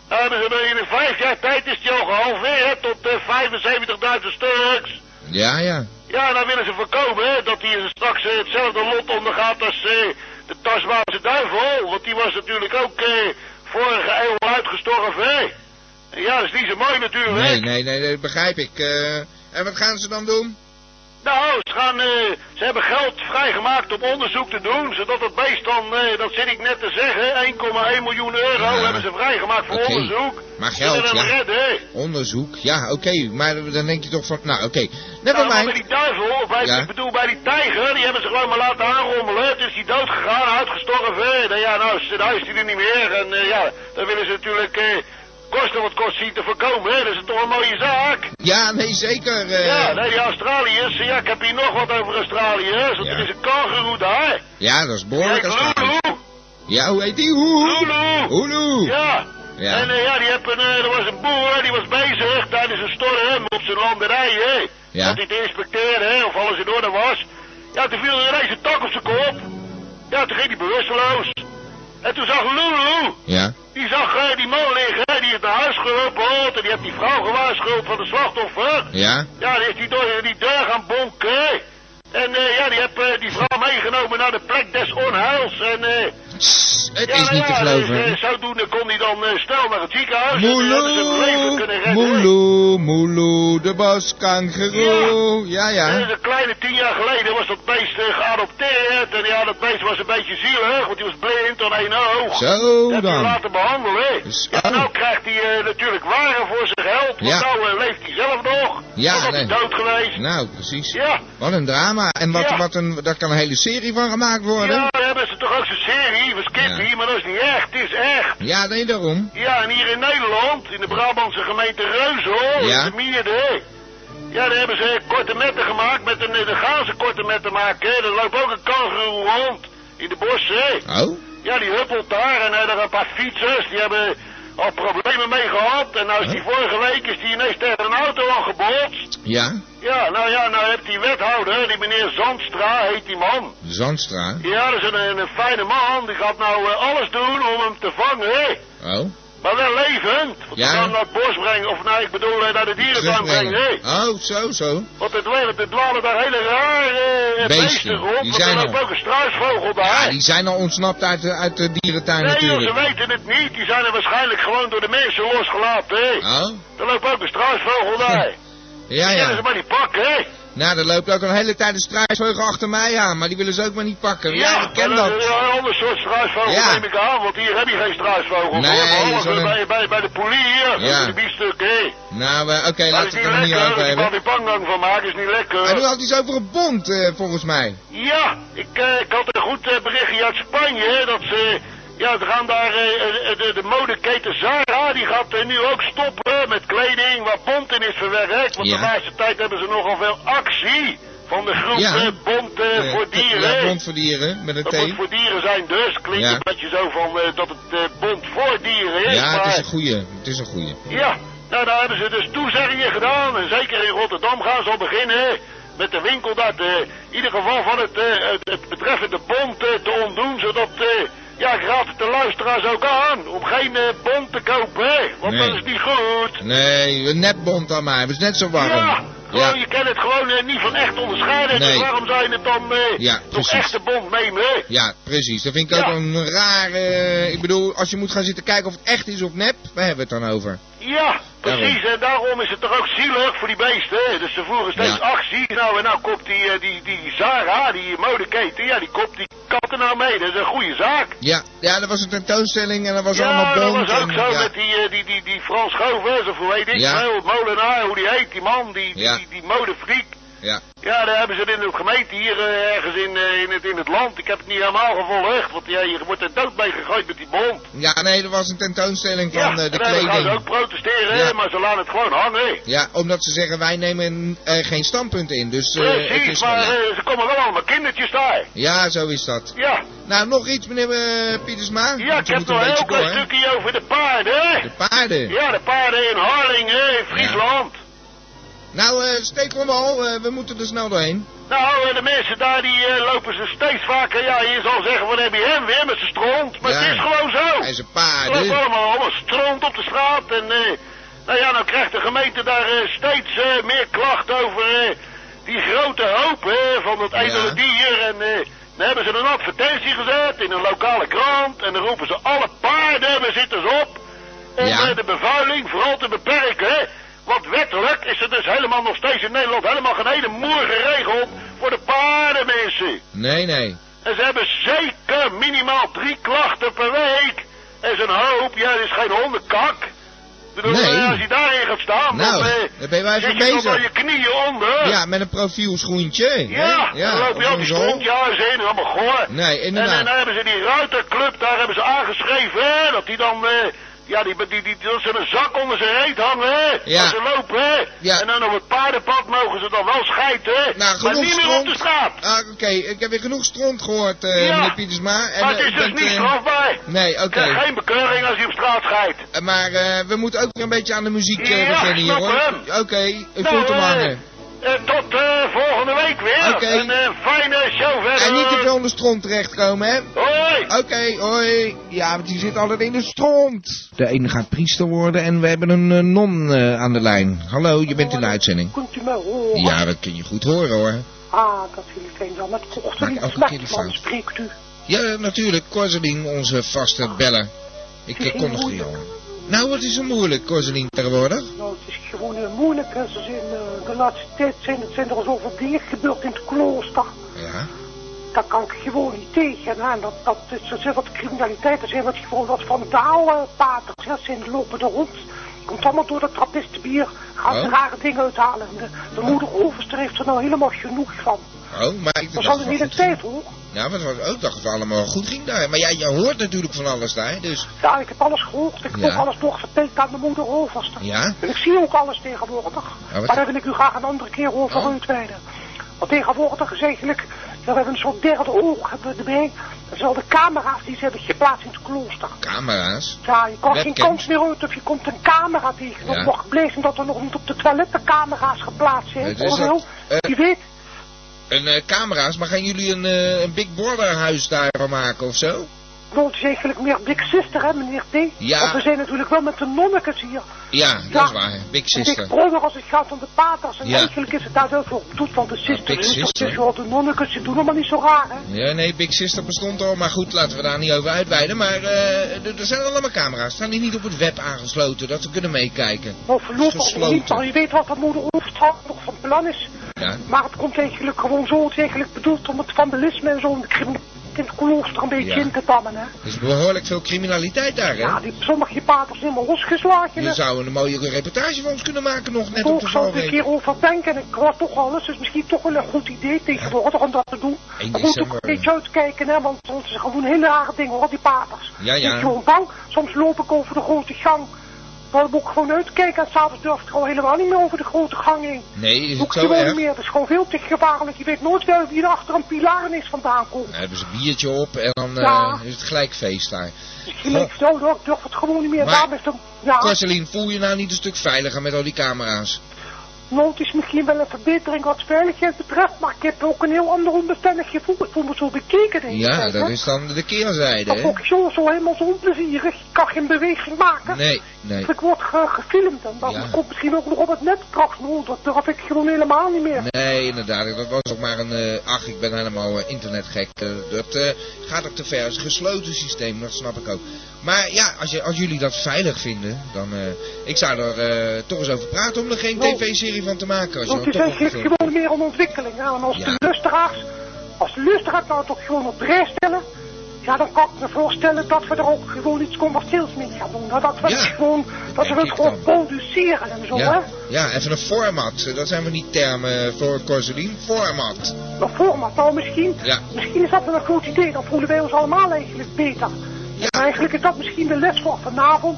F: daar hebben ze er in een vijf jaar tijd is die al gehalveerd tot eh 75.000 stuks.
B: Ja, ja.
F: Ja, en dan willen ze voorkomen hè, dat die straks eh, hetzelfde lot ondergaat als eh, de Tasmaanse duivel. Want die was natuurlijk ook eh, vorige eeuw uitgestorven. Hè? En Ja, dat is niet zo mooi natuurlijk. hè?
B: Nee, nee, nee, dat begrijp ik. eh. en wat gaan ze dan doen?
F: Nou, ze, gaan, eh, ze hebben geld vrijgemaakt om onderzoek te doen, zodat het beest dan, eh, dat zit ik net te zeggen, 1,1 miljoen euro
B: Ja.
F: hebben ze vrijgemaakt voor
B: Oké.
F: onderzoek.
B: Maar
F: Ze
B: geld,
F: willen hem
B: ja.
F: redden, hè.
B: Onderzoek. Ja, oké. maar dan denk je toch van... Nou, oké. Never
F: Nou, maar
B: mind.
F: bij die duivel, of bij,
B: Ja.
F: ik bedoel bij die tijger, die hebben ze gewoon maar laten aanrommelen. Het is die dood gegaan, uitgestorven. Nou ja, nou, is- nou is die er niet meer. En eh, ja, dan willen ze natuurlijk eh, kosten wat kost zien te voorkomen. Hè. Dat is toch een mooie zaak.
B: Ja, nee, zeker. eh.
F: Ja, nee, die Australiërs, ja, ik heb hier nog wat over Australië. hè. Want
B: Ja.
F: Er is een kangeroe daar.
B: Ja, dat is
F: Die
B: behoorlijk.
F: heet
B: als het gaat.
F: Lulu.
B: Ja, hoe heet die? Hoe?
F: Lulu!
B: Oeloe.
F: Ja.
B: Ja.
F: En eh, ja, die heb een, eh, er was een boer, die was bezig tijdens een storm op zijn landerij, hè.
B: Ja.
F: Zat hij te inspecteren, hè, of alles in orde was. Ja, toen viel er ineens een tak op zijn kop. Ja, toen ging hij bewusteloos. En toen zag Lulu,
B: Ja.
F: die zag eh, die man liggen, hè, die is naar huis geholpen, hoor, en die heeft die vrouw gewaarschuwd van de slachtoffer.
B: Ja.
F: Ja, die is die door die deur gaan bonken, hè. En eh, ja, die heb eh, die vrouw meegenomen naar de plek des onheils. En eh,
B: Tss, Het
F: ja,
B: is
F: nou
B: niet te
F: ja, dus, eh,
B: geloven.
F: zodoende kon hij dan eh, snel naar het ziekenhuis. En, eh, hebben ze
B: Moeloe.
F: het leven kunnen redden.
B: Moeloe. Moeloe. De boskangeroe. Ja,
F: Eh,
B: ja.
F: een kleine tien jaar geleden was dat beest eh, geadopteerd. En ja, dat beest was een beetje zielig, want die was blind aan één oog.
B: Zo
F: Dat hebben we
B: dan.
F: laten behandelen, hè.
B: Dus-
F: ja, nou
B: oh.
F: krijgt hij eh, natuurlijk waren voor zijn geld. Want
B: Ja.
F: nou eh, leeft hij zelf nog.
B: Ja,
F: Want dat
B: nee.
F: is dood geweest.
B: Nou, precies.
F: Ja.
B: Wat een drama. En wat,
F: Ja.
B: wat een, daar kan een hele serie van gemaakt
F: Ja,
B: worden.
F: daar hebben ze toch ook zijn serie, we skippen
B: Ja.
F: hier, maar dat is niet echt, het is echt.
B: Ja, nee, daarom.
F: Ja, en hier in Nederland, in de Brabantse gemeente Reusel,
B: Ja.
F: in de Mierde. Ja, daar hebben ze eh, korte metten gemaakt, met een, eh, daar gaan ze korte metten maken. hè. Er loopt ook een kangeroe rond in de bossen. hè.
B: Oh?
F: Ja, die huppelt daar en eh, er een paar fietsers, die hebben al problemen mee gehad. En nou is die
B: Oh.
F: vorige week is die ineens tegen een auto aangebotst.
B: Ja.
F: Ja, nou ja, nou hebt die wethouder, die meneer Zandstra heet die man.
B: Zandstra.
F: Ja, dat is een, een fijne man, die gaat nou eh, alles doen om hem te vangen, hè.
B: Oh?
F: Maar wel levend. Want
B: Ja.
F: ze gaan hem naar het bos brengen. Of nee, ik bedoel eh, naar de dierentuin brengen. hè.
B: Oh, zo, zo.
F: Want het dwalen, het dwalen daar hele rare eh,
B: Beesten,
F: beesten rond.
B: die
F: Want er
B: zijn
F: loopt
B: er.
F: ook een struisvogel daar.
B: Ja, die zijn al ontsnapt uit de, uit de dierentuin
F: Nee joh, ze
B: natuurlijk.
F: weten het niet. Die zijn er waarschijnlijk gewoon door de mensen losgelaten. Hè.
B: Oh?
F: Er loopt ook een struisvogel daar.
B: Ja,
F: Die kunnen ze
B: ja.
F: maar niet pakken, hè?
B: Nou, er loopt ook een hele tijd een struisvogel achter mij aan, maar die willen ze ook maar niet pakken. Ja, ik ken
F: maar
B: dat.
F: is een ander soort struisvogel
B: Ja.
F: neem ik aan, want hier heb je geen struisvogel.
B: Nee,
F: hoor. Behalve
B: zo'n-
F: bij, bij, bij de polier, hier,
B: Ja.
F: bij de biefstuk, hè?
B: Nou, eh, oké,
F: Dat
B: laten
F: is
B: we
F: niet
B: het er niet
F: lekker,
B: over
F: ik kan
B: hebben.
F: er pangang van maken, is niet lekker.
B: Hij doet altijd iets over een bond, eh, volgens mij.
F: Ja, ik, eh, ik had een goed eh, berichtje uit Spanje. Hè, dat ze, ja, ze gaan daar, eh, eh, de, de modeketen Zara, die gaat eh, nu ook stoppen met kleding waar bont in is verwerkt. Want
B: Ja.
F: de laatste tijd hebben ze nogal veel actie van de groep
B: Ja.
F: eh, Bont eh,
B: Eh,
F: voor Dieren.
B: Ja,
F: hè.
B: bond voor dieren, met een
F: dat moet
B: T.
F: voor dieren zijn dus. Klinkt
B: Ja.
F: een beetje zo van eh, dat het eh bond voor dieren is.
B: Ja,
F: maar
B: het is een goeie. Het is een goeie.
F: ja, nou daar hebben ze dus toezeggingen gedaan. En zeker in Rotterdam gaan ze al beginnen met de winkel dat eh, in ieder geval van het, eh, het, het betreffende bond eh, te ontdoen. Zodat, eh, ja, ik raad het de luisteraars ook aan om geen eh, bond te kopen. hè, Want
B: Nee.
F: dat is niet goed.
B: Nee, een nepbond aan mij. Het is net zo warm.
F: Ja, gewoon, je kan het gewoon eh, niet van echt onderscheiden.
B: Nee.
F: Dus waarom zou je het dan eh,
B: Ja,
F: nog
B: precies.
F: echte bond nemen? hè?
B: Ja, precies. Dat vind ik ook
F: Ja.
B: eh, een rare... Ik bedoel, als je moet gaan zitten kijken of het echt is of nep, waar hebben we het dan over?
F: Ja, precies. En daarom is het toch ook zielig voor die beesten. hè? Dus ze voeren steeds actie. Nou, en nou kopt die, eh, die, die Zara, die modeketen, ja, die kopt die katten nou mee. Dat is een goede zaak.
B: Ja, ja, er was een tentoonstelling en er was
F: ja,
B: allemaal
F: dat
B: bont.
F: was ook
B: en-
F: zo
B: ja.
F: met die, eh, die, die, die Frans Govers of hoe weet ik
B: Ja.
F: veel, Molenaar, hoe die heet, die man, die,
B: Ja.
F: die, die modefreak.
B: Ja.
F: Ja, daar hebben ze het in de gemeente hier eh, ergens in, eh, in, het, in het land. Ik heb het niet helemaal gevolgd, want ja, je wordt er dood mee gegooid met die bom.
B: Ja, nee, er was een tentoonstelling van eh, de
F: en dan gaan ze
B: kleding.
F: ook protesteren, hè,
B: Ja.
F: maar ze laten het gewoon hangen. hè.
B: Ja, omdat ze zeggen wij nemen eh, geen standpunt in. Dus eh, het
F: Precies,
B: is
F: maar
B: gewoon-
F: eh, ze komen wel allemaal kindertjes daar.
B: Ja, zo is dat.
F: Ja,
B: Nou, nog iets, meneer eh, Pietersma?
F: ja ik heb nog een heel klein stukje over de paarden. hè.
B: Paarden.
F: Ja, de paarden in Harlingen, in Friesland.
B: Nou, eh, steek hem al. eh, we moeten er snel doorheen.
F: Nou, eh, de mensen daar die eh, lopen ze steeds vaker. Ja, je zal zeggen, wat heb je hem weer met zijn stront? Maar
B: Ja.
F: het is gewoon zo.
B: Hij is een
F: Ze
B: paard.
F: lopen
B: hè?
F: allemaal, allemaal stront op de straat. En eh, nou ja, nou krijgt de gemeente daar eh, steeds eh, meer klachten over eh, die grote hoop eh, van dat edele
B: Ja.
F: dier. En eh, dan hebben ze een advertentie gezet in een lokale krant. En dan roepen ze alle paarden, we zitten ze op. Om
B: Ja.
F: eh, de bevuiling vooral te beperken. hè. Want wettelijk is er dus helemaal nog steeds in Nederland helemaal geen ene moer geregeld voor de paardenmensen.
B: Nee, nee.
F: En ze hebben zeker minimaal drie klachten per week. En zo'n hoop, ja, dat is geen hondenkak. Ik bedoel,
B: Nee.
F: eh, als je daarin gaat staan,
B: Nou,
F: dan eh,
B: daar ben je wel even
F: zit je toch
B: bezig.
F: wel je knieën onder.
B: Ja, met een profielschoentje. hè?
F: Ja, dan loop je
B: op
F: al die
B: een zool.
F: strontjes in, allemaal goor.
B: Nee, inderdaad.
F: En, en dan hebben ze die ruiterclub, daar hebben ze aangeschreven, hè, dat die dan, eh, ja, die, die, die, die- dat ze een zak onder zijn reet hangen, hè,
B: Ja.
F: als ze lopen, hè.
B: Ja.
F: En dan op het paardenpad mogen ze dan wel schijten, hè,
B: Nou,
F: maar
B: genoeg
F: niet meer op
B: stront.
F: de straat.
B: Ah, oké. Ik heb weer genoeg stront gehoord, eh,
F: Ja.
B: meneer Pietersma. En,
F: maar het
B: eh,
F: is
B: u
F: dus
B: bent,
F: niet
B: eh,
F: strafbaar.
B: Nee, oké.
F: Krijg geen bekeuring als je op straat scheidt.
B: Eh, Maar eh, we moeten ook weer een beetje aan de muziek eh,
F: Ja,
B: beginnen hier,
F: snap
B: hoor.
F: hem.
B: Oké, u voelt hem
F: eh,
B: hangen.
F: eh, tot eh, volgende week weer.
B: Oké.
F: Een eh, fijne show verder.
B: En niet te veel onder stront terechtkomen, hè?
F: Hoi.
B: Oké, hoi. Ja, want die zit altijd in de stront. De ene gaat priester worden en we hebben een eh, non eh, aan de lijn. Hallo, je bent in de uitzending.
K: Kunt u mij horen?
B: Ja, dat kun je goed horen, hoor.
K: Ah, dat vind ik fijn. Dan met
B: Maak
K: Korteling
B: elke keer die
K: Smaakman
B: fout.
K: spreekt u.
B: Ja, natuurlijk, Corseline, onze vaste beller. Ik eh, kon nog niet al. Nou, wat is er moeilijk, Corseline, tegenwoordig?
K: Nou, het is gewoon eh, moeilijk. hè. Ze zijn, eh, de laatste tijd zijn, het zijn er zoveel dingen gebeurd in het klooster.
B: Ja.
K: Daar kan ik gewoon niet tegen. Hè. Dat, dat is, er zijn wat criminaliteit, er zijn wat, gewoon wat vandalenpaters. Hè. Ze zijn lopen er rond. Komt allemaal door dat trappistenbier. Gaan ze
B: Oh.
K: rare dingen uithalen. En De, de moeder overster heeft er nou helemaal genoeg van.
B: Oh, maar ik
K: Dat
B: dacht
K: is al
B: dat
K: een hele
B: het
K: tijd hoor.
B: Nou, maar het was ook dacht dat het allemaal goed ging daar. Maar ja, je hoort natuurlijk van alles daar, dus...
K: Ja, ik heb alles gehoord. Ik heb
B: Ja.
K: ook alles doorgepikt aan de moeder overste.
B: Ja?
K: En ik zie ook alles tegenwoordig.
B: wat- Oh.
K: maar daar wil ik u graag een andere keer over uitweiden. Want tegenwoordig is eigenlijk, we hebben een soort derde oog hebben we erbij. Dat zijn al de camera's die ze hebben geplaatst in het klooster.
B: Camera's.
K: Ja, je kan geen
B: Webcams.
K: kans meer uit of je komt een camera tegen.
B: Ja.
K: Dat mag blijven dat er nog niet op de toiletten camera's geplaatst zijn.
B: Het is
K: Oordeel.
B: dat, eh,
K: Je weet,
B: Een eh, camera's, maar gaan jullie een, eh, een Big Brother huis daarvan maken of zo?
K: dat is eigenlijk meer Big Sister, hè, meneer T.
B: Ja.
K: Want we zijn natuurlijk wel met de nonnekes hier.
B: Ja, dat
K: Ja.
B: is waar. Big
K: Ik
B: Sister.
K: probeer als het gaat om de paters. En
B: Ja.
K: eigenlijk is het daar wel voor bedoeld van de
B: Big
K: sisters.
B: Sister.
K: de nonnekes, ze doen allemaal niet zo raar, hè.
B: Ja, nee, Big Sister bestond al, maar goed, laten we daar niet over uitweiden. Maar eh, er er zijn allemaal camera's. Staan die niet op het web aangesloten, dat we kunnen meekijken?
K: Nou, voorlopig nog niet,
B: Gesloten.
K: maar je weet wat de moeder Oefstraat nog van plan is.
B: Ja.
K: Maar het komt eigenlijk gewoon zo. Het is eigenlijk bedoeld om het vandalisme en zo in de crim- in het klooster een beetje
B: Ja.
K: in te dammen, hè.
B: Er is behoorlijk veel criminaliteit daar,
K: Ja,
B: hè?
K: die, sommige paters zijn maar losgeslagen,
B: Je
K: hè.
B: zou een mooie reportage van ons kunnen maken nog, net op
K: Ook
B: de
K: zal ik een
B: valreep.
K: keer over denken. Ik was toch alles, dus misschien toch wel een goed idee tegenwoordig om dat te doen.
B: 1
K: Je moet ook
B: december.
K: een beetje uitkijken, hè, want het is gewoon hele rare dingen hoor, die paters.
B: Ja, ja.
K: Ik ben gewoon bang. Soms loop ik over de grote gang. Dan moet ik gewoon uitkijken en s'avonds durf ik gewoon helemaal niet meer over de grote gang heen.
B: Nee, is het
K: Doe ik
B: zo
K: gewoon niet
B: erg?
K: meer. Het is gewoon veel te gevaarlijk. Je weet nooit wel wie er achter een pilaar ineens vandaan komt.
B: Dan hebben ze een biertje op en dan eh,
K: Ja.
B: is het gelijk feest daar.
K: Je denkt, nou, nou, ik durf het gewoon niet meer.
B: Maar-
K: Daarom is het, ja,
B: Corseline, voel je nou niet een stuk veiliger met al die camera's?
K: nood is misschien wel een verbetering wat veiligheid betreft, maar ik heb ook een heel ander onbestendig gevoel. Ik voel me zo bekeken deze
B: Ja,
K: tijd,
B: dat
K: hè.
B: is dan de keerzijde,
K: Dat
B: hè?
K: vond ik zo, zo helemaal zo onplezierig. Ik kan geen beweging maken.
B: Nee, nee.
K: Of Ik word ge- gefilmd en dat
B: Ja.
K: komt misschien ook nog op het net straks. Nou, dat durf ik gewoon helemaal niet meer.
B: Nee, inderdaad. Dat was ook maar een... eh, ach, ik ben helemaal eh, internetgek. Eh, dat eh, gaat ook te ver. Het is een gesloten systeem, dat snap ik ook. Maar ja, als, je, als jullie dat veilig vinden, dan... eh, ik zou er eh, toch eens over praten om er geen
K: Nou,
B: tv-serie van te maken. Als je
K: Want
B: dat
K: je
B: toch
K: zegt
B: nog een
K: je
B: film...
K: gewoon meer om ontwikkeling. Ja, en als
B: Ja.
K: de luisteraars, als de luisteraars nou toch gewoon op de rij stellen, ja, dan kan ik me voorstellen dat we er ook gewoon iets commercieels mee gaan doen. Nou, dat we het gewoon, dat we het gewoon produceren en zo, hè.
B: Ja, ja, even een format. Dat zijn we niet termen voor Corselien. Format.
K: Dat format, nou misschien,
B: Ja.
K: misschien is dat wel een goed idee. Dan voelen wij ons allemaal eigenlijk beter. En eigenlijk is dat misschien de les voor vanavond.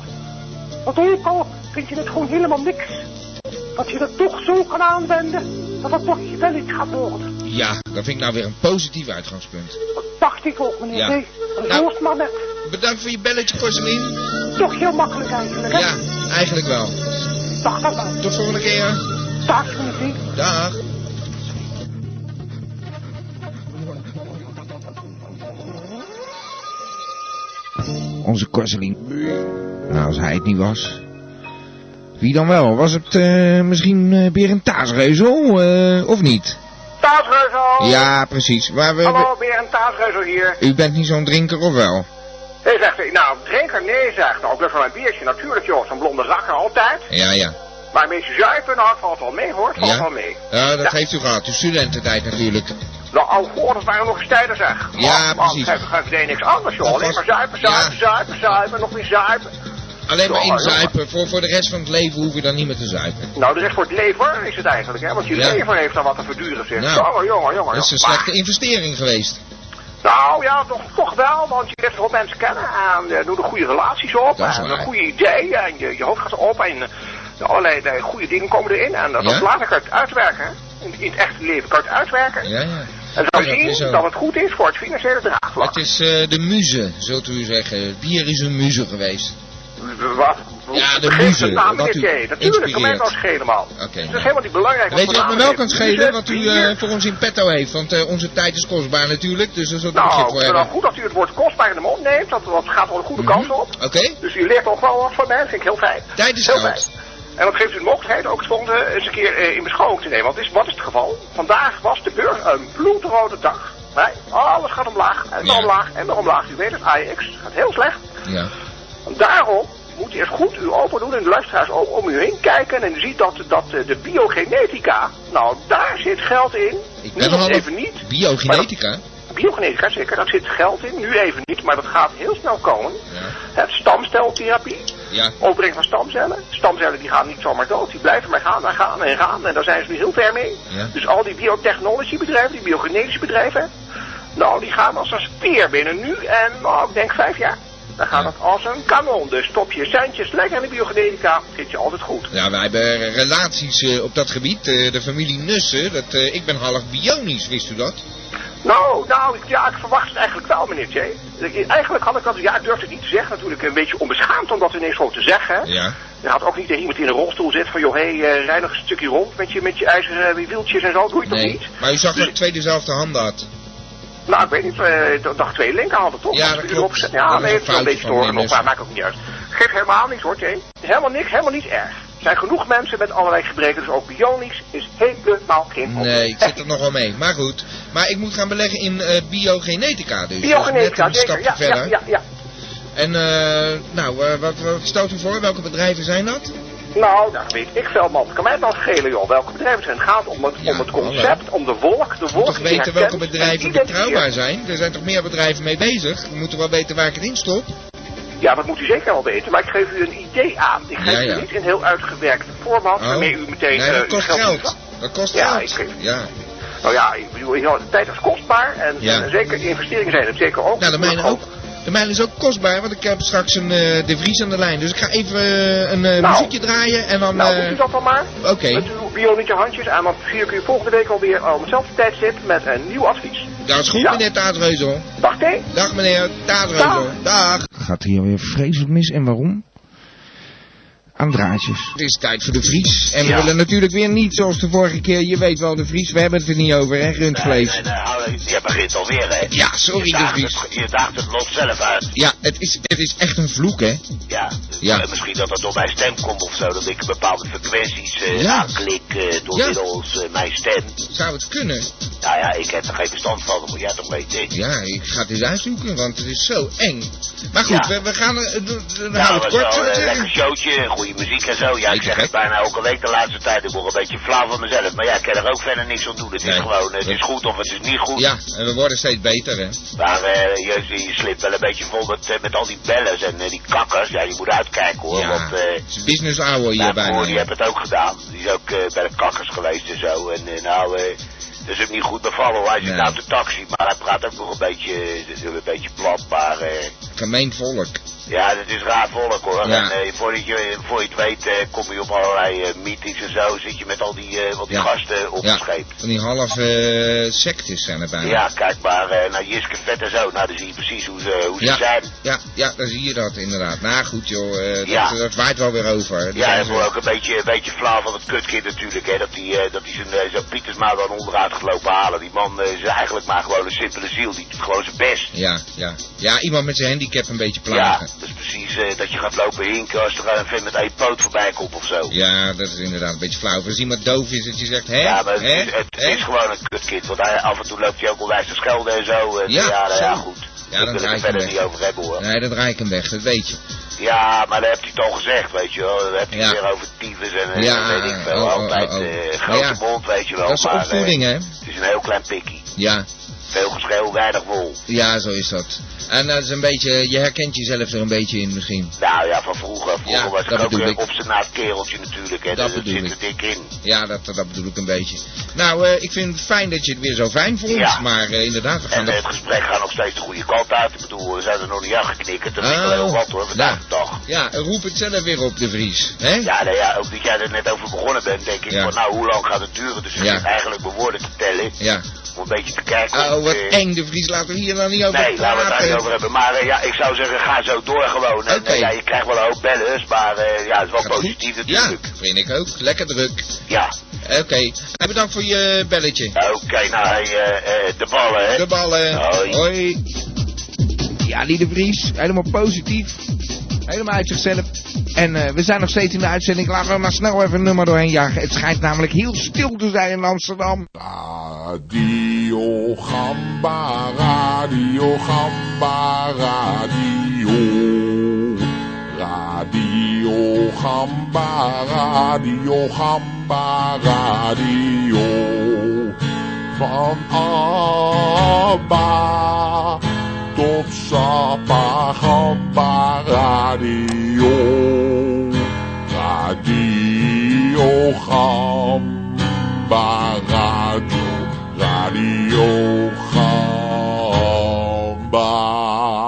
K: Want ook al vind je het gewoon helemaal niks. Dat je dat toch zo kan aanwenden, dat het toch wel iets gaat worden.
B: Ja, dat vind ik nou weer een positief uitgangspunt.
K: Dacht ik ook, meneer
B: Ja. Nou,
K: D. Dat hoort maar net.
B: Bedankt voor je belletje, Corselien.
K: Toch heel makkelijk eigenlijk, hè?
B: Ja, eigenlijk wel.
K: Dag, dag, dag.
B: Tot volgende keer.
K: Dag, meneer D.
B: Dag.
H: Onze Corseling. Nou, als hij het niet was. Wie dan wel? Was het eh, misschien eh Berend Taasreuzel? eh, of niet?
C: Taasreuzel!
B: Ja, precies. Maar we,
C: Hallo, weer een taasreuzel hier.
B: u bent niet zo'n drinker, of wel?
C: Nee, zegt hij. Nou, drinker, nee, zegt hij. Ook best wel een biertje, natuurlijk, joh. Zo'n blonde zakker altijd.
B: Ja, ja.
C: Maar een beetje zuipen, nou, het valt wel mee, hoor. Het valt
B: Ja?
C: wel mee.
B: Ja, dat heeft u gehad. Uw studententijd natuurlijk.
C: Nou, oh, god, dat waren nog eens tijden, zeg.
B: Ja,
C: man,
B: precies.
C: Man, geef, geef nee, niks anders, joh.
B: Dat
C: Alleen
B: was-
C: maar zuipen, zuipen, zuipen, zuipen, nog weer zuipen.
B: Alleen maar
C: Jongen,
B: inzuipen. Voor, voor de rest van het leven hoef je dan niet meer te zuipen.
C: Nou, de rest voor het lever is het eigenlijk, hè. Want je
B: Ja.
C: lever heeft dan wat te verduren, zeg.
B: Nou,
C: jongen, jongen, jongen.
B: Dat is een
C: jongen.
B: slechte investering geweest.
C: Nou ja, toch, toch wel, want je leert wel mensen kennen en eh, doe de goede relaties op
B: Dat is
C: en
B: waar.
C: een goede idee en je, je hoofd gaat op en eh, allerlei eh, goede dingen komen erin en eh, dat,
B: Ja?
C: dat later kan je het uitwerken. hè. In, in het echte leven kan je het uitwerken.
B: Ja, ja.
C: En
B: Ja, dat
C: dan zien
B: is zo.
C: dat het goed is voor het financiële draagvlak.
B: Het is eh, de muze, zult u zeggen. Het bier is een muze geweest.
C: Wat?
B: Ja, de
C: Geef het
B: muze.
C: naam,
B: Wat
C: meneer
B: u
C: J. Natuurlijk, kan mij wel
B: inspireert.
C: schelen, man.
B: Oké.
C: Dat is
B: nou.
C: helemaal niet belangrijk.
B: Weet u wat me
C: vanavond
B: wel
C: heeft.
B: kan schelen?
C: Muze,
B: Wat u
C: bier.
B: eh, voor ons in petto heeft. Want eh, onze tijd is kostbaar natuurlijk. Dus daar zult u
C: Nou,
B: begrip
C: ik
B: voor
C: vind het wel
B: hebben.
C: goed dat u het woord kostbaar in de mond neemt. Dat, dat gaat wel een goede kans op.
B: Mhm. Oké?
C: Dus u leert toch wel wat van mij, dat vind ik heel fijn.
B: Tijd is
C: heel
B: goud.
C: fijn. En dat geeft u de mogelijkheid ook het volgende eens een keer eh, in beschouwing te nemen. Want is, wat is het geval? Vandaag was de beurs een bloedrode dag. Hè? Alles gaat omlaag en
B: Ja.
C: omlaag en weer omlaag. U weet het, AEX gaat heel slecht.
B: Ja.
C: En daarom moet u eerst goed uw open doen en de luisteraars ook om u heen kijken. En u ziet dat, dat eh, de biogenetica, nou daar zit geld in.
B: Ik
C: Nu
B: ben er al
C: even niet.
B: Biogenetica?
C: Biogenetica, zeker, daar zit geld in. Nu even niet, maar dat gaat heel snel komen. Het stamceltherapie.
B: Ja.
C: Opbreng van stamcellen. Stamcellen die gaan niet zomaar dood. Die blijven maar gaan en gaan en gaan. En daar zijn ze nu heel ver mee.
B: Ja.
C: Dus al die biotechnology bedrijven, die biogenetische bedrijven. Nou, die gaan als een speer binnen nu. En nou, ik denk vijf jaar. Dan gaat dat als een kanon. Dus stop je centjes lekker in de biogenetica. Zit je altijd goed.
B: Ja, wij hebben eh, relaties eh, op dat gebied. Eh, de familie Nussen, dat, eh, ik ben half bionisch, wist u dat?
C: Nou, nou, ik- ja, ik verwacht het eigenlijk wel, meneer J. Ik- Eigenlijk had ik dat, ja, ik durfde het niet te zeggen. Natuurlijk een beetje onbeschaamd om dat ineens zo te zeggen. hè.
B: Ja.
C: Je had ook niet tegen iemand die in een rolstoel zit van, joh, hé, hey, rij nog een stukje rond met je, met je ijzeren eh, wieltjes en zo. Doe je toch
B: Nee.
C: niet?
B: Maar u zag dat ik twee dezelfde handen had.
C: Nou, ik weet niet, eh, dat dag twee linkerhanden toch?
B: Ja,
C: Als
B: dat
C: we
B: klopt.
C: erop zetten.
B: Dat
C: Ja,
B: is
C: nee,
B: een
C: het is wel een
B: foutje
C: beetje
B: van meneer
C: storen nog, maar
B: Nussen.
C: maakt ook niet uit. Geeft helemaal niks hoor, Jay. Helemaal niks, helemaal niet erg. Er zijn genoeg mensen met allerlei gebreken, dus ook bionics is helemaal geen probleem.
B: Nee, ik zit er nog wel mee. Maar goed. Maar ik moet gaan beleggen in eh, biogenetica dus.
C: Biogenetica,
B: Dus net een
C: zeker. Ja,
B: stapje
C: ja,
B: verder.
C: ja, ja.
B: En eh, nou, eh, wat, wat stelt u voor? Welke bedrijven zijn dat?
C: Nou, daar weet ik veel, man. Kan mij het nou schelen, joh, welke bedrijven het zijn? Het gaat om het, om het concept, om de wolk, de wolk
B: Toch
C: die
B: weten
C: herkent
B: welke
C: en
B: bedrijven
C: identificeert.
B: betrouwbaar zijn. Er zijn toch meer bedrijven mee bezig. We moeten wel weten waar ik het in stop.
C: Ja, dat moet u zeker wel weten, maar ik geef u een idee aan. Ik geef
B: Ja, ja.
C: u niet een heel uitgewerkt format
B: Oh.
C: waarmee u meteen...
B: Nee,
C: eh,
B: dat
C: uw
B: kost geld.
C: ontvangt.
B: Dat kost
C: Ja,
B: geld.
C: ik geef-
B: Ja.
C: Nou ja, ik bedoel, ja, de tijd is kostbaar en,
B: Ja.
C: en zeker de investeringen zijn het zeker ook.
B: Nou, de mijne ook. De mijne is ook kostbaar, want ik heb straks een eh De Vries aan de lijn. Dus ik ga even eh, een eh,
C: Nou.
B: muziekje draaien en dan...
C: Nou,
B: eh,
C: doet u dat dan maar.
B: Oké.
C: Met uw bionische handjes aan, want zie ik u volgende week alweer eh, om hetzelfde tijdstip met een nieuw advies.
B: Dat is goed,
C: Ja.
B: meneer Taadreuzel.
C: Dag, T.
B: Dag, meneer Taadreuzel. Dag.
H: Gaat hier weer vreselijk mis en waarom? Aan draadjes.
B: Het is tijd voor De Vries. En we
H: Ja.
B: willen natuurlijk weer niet zoals de vorige keer. Je weet wel, De Vries, we hebben het er niet over, hè, rundvlees.
L: Nee, nee, hou eh, je begint alweer, hè?
B: Ja, sorry,
L: je daagt,
B: Dries.
L: het, je daagt het lot zelf uit.
B: Ja, het is, het is echt een vloek, hè?
L: Ja,
B: Ja.
L: eh, misschien dat dat door mijn stem komt of zo, dat ik bepaalde frequenties eh,
B: Ja.
L: aanklik eh, door
B: Ja.
L: middels eh, mijn stem.
B: Zou het kunnen?
L: Nou ja, ik heb er geen bestand van, dat moet jij toch weten.
B: Ja, ik ga het eens uitzoeken, want het is zo eng. Maar goed,
L: Ja.
B: we, we gaan eh, eh, dan
L: Nou,
B: houden we het kort,
L: wel
B: zullen we
L: een lekker
B: zeggen.
L: showtje, goede muziek en zo. Ja, ik zeg het bijna elke week de laatste tijd. Ik word een beetje flauw van mezelf. Maar ja, ik kan er ook verder niks aan doen. Het is
B: Nee.
L: gewoon, het is goed of het is niet goed.
B: Ja, en we worden steeds beter, hè?
L: Maar eh, je, je slipt wel een beetje vol met, eh, met al die bellers en eh, die kakkers. Ja, je moet uitkijken hoor.
B: Ja,
L: want eh
B: Het is business hour hier
L: mijn broer die
B: bijna.
L: heeft het ook gedaan. Die is ook eh, bij de kakkers geweest en zo. En eh, nou, eh dat is hem niet goed bevallen. hoor. Hij zit
B: Nee.
L: nou op de taxi, maar hij praat ook nog een beetje, eh, een beetje plat. Maar eh,
B: Gemeen volk.
L: ja, dat is raar volk hoor.
B: Ja.
L: En eh, voordat je, voor je het weet eh, kom je op allerlei eh, meetings en zo. Zit je met al die, eh, al die
B: Ja.
L: gasten op
B: Ja,
L: het scheep.
B: van die halve eh, sectes zijn er bijna.
L: Ja, kijk maar eh, naar Jiske Vet en zo. Nou, dan zie je precies hoe ze, hoe ze
B: Ja.
L: zijn.
B: Ja, ja, dan zie je dat inderdaad. Nou goed joh, eh, dat,
L: Ja.
B: dat waait wel weer over.
L: Ja,
B: Dat
L: hij
B: is,
L: wordt ook een beetje, een beetje flauw van het kutkind natuurlijk. Hè? Dat hij eh, dat hij zijn, eh, zijn Pietersma dan onderuit gelopen halen. Die man eh, is eigenlijk maar gewoon een simpele ziel. Die doet gewoon zijn best.
B: ja, ja. ja, iemand met zijn handicap een beetje
L: Ja,
B: plagen.
L: dat is precies eh, dat je gaat lopen hinken als er eh, een vent met één poot voorbij komt of zo.
B: Ja. dat is inderdaad een beetje flauw. Als iemand doof is dat je zegt, hè?
L: Ja, maar het,
B: hè?
L: is- het is gewoon een kutkind. Want hij, af en toe loopt hij ook onwijs te schelden en zo. En,
B: Ja,
L: ja, nou
B: zo.
L: ja, goed.
B: Ja, dan
L: ik wil het
B: draai
L: er
B: ik
L: verder
B: hem
L: niet
B: weg.
L: over hebben hoor.
B: Nee, dat raak ik hem weg, dat weet je.
L: Ja, maar daar heb je het al gezegd, weet je wel. Dan heb je
B: Ja.
L: het weer over tyfus en eh,
B: Ja,
L: weet ik veel.
B: oh, oh,
L: Altijd
B: oh.
L: eh,
B: Maar
L: grote
B: ja,
L: mond, weet je wel.
B: dat is de
L: maar, eh,
B: opvoeding, hè?
L: Het is een heel klein pikkie.
B: Ja,
L: Veel geschreeuw, weinig wol.
B: ja, zo is dat. En dat is een beetje, je herkent jezelf er een beetje in misschien.
L: Nou ja, van vroeger. Vroeger
B: Ja,
L: was ik
B: dat
L: ook eh,
B: bedoel
L: een
B: ik.
L: obstinaat kereltje natuurlijk. Hè.
B: Dat
L: Dus dat
B: bedoel
L: zit
B: ik.
L: er dik in.
B: Ja, dat, dat bedoel ik een beetje. Nou, eh, ik vind het fijn dat je het weer zo fijn vond,
L: Ja.
B: maar eh, inderdaad, we gaan
L: En eh,
B: dat...
L: het gesprek gaat nog steeds de goede kant uit. Ik bedoel, we zijn er nog niet aangeknikkerd. Dat is wel
B: Oh,
L: heel wat hoor, vandaag de dag.
B: Ja, roep het zelf weer op, de Vries. Hè?
L: Ja, nou ja, ook dat jij er net over begonnen bent, denk ik
B: Ja.
L: van nou, hoe lang gaat het duren? Dus ik
B: Ja.
L: zit eigenlijk mijn woorden te tellen.
B: Ja.
L: Om een beetje te kijken.
B: Oh,
L: of,
B: wat
L: eh,
B: eng, de Vries. Laten we hier nou niet over
L: Nee, laten we het daar
B: praten.
L: niet over hebben. Maar eh, ja, ik zou zeggen, ga zo door gewoon. En,
B: Oké.
L: eh, ja, je krijgt wel een hoop bellers, maar eh, ja, het is wel
B: Gaat
L: positief
B: goed?
L: natuurlijk.
B: Ja, vind ik ook. Lekker druk.
L: Ja.
B: Oké, Hey, bedankt voor
H: eh,
B: je belletje.
L: Oké, nou, hey, eh, eh, de ballen, hè.
B: De ballen.
L: Hoi.
B: Hoi.
H: Ja, die de Vries, helemaal positief. Helemaal uit zichzelf. En eh, we zijn nog steeds in de uitzending. Laten we maar snel even een nummer doorheen jagen. Het schijnt namelijk heel stil te zijn in Amsterdam.
M: Radio Gamba, Radio Gamba, Radio. Radio Gamba, Radio Gamba, Radio. Van Abba tot Sapa Gamba, Radio. Radio Gamba, Radio. Radio Gamba.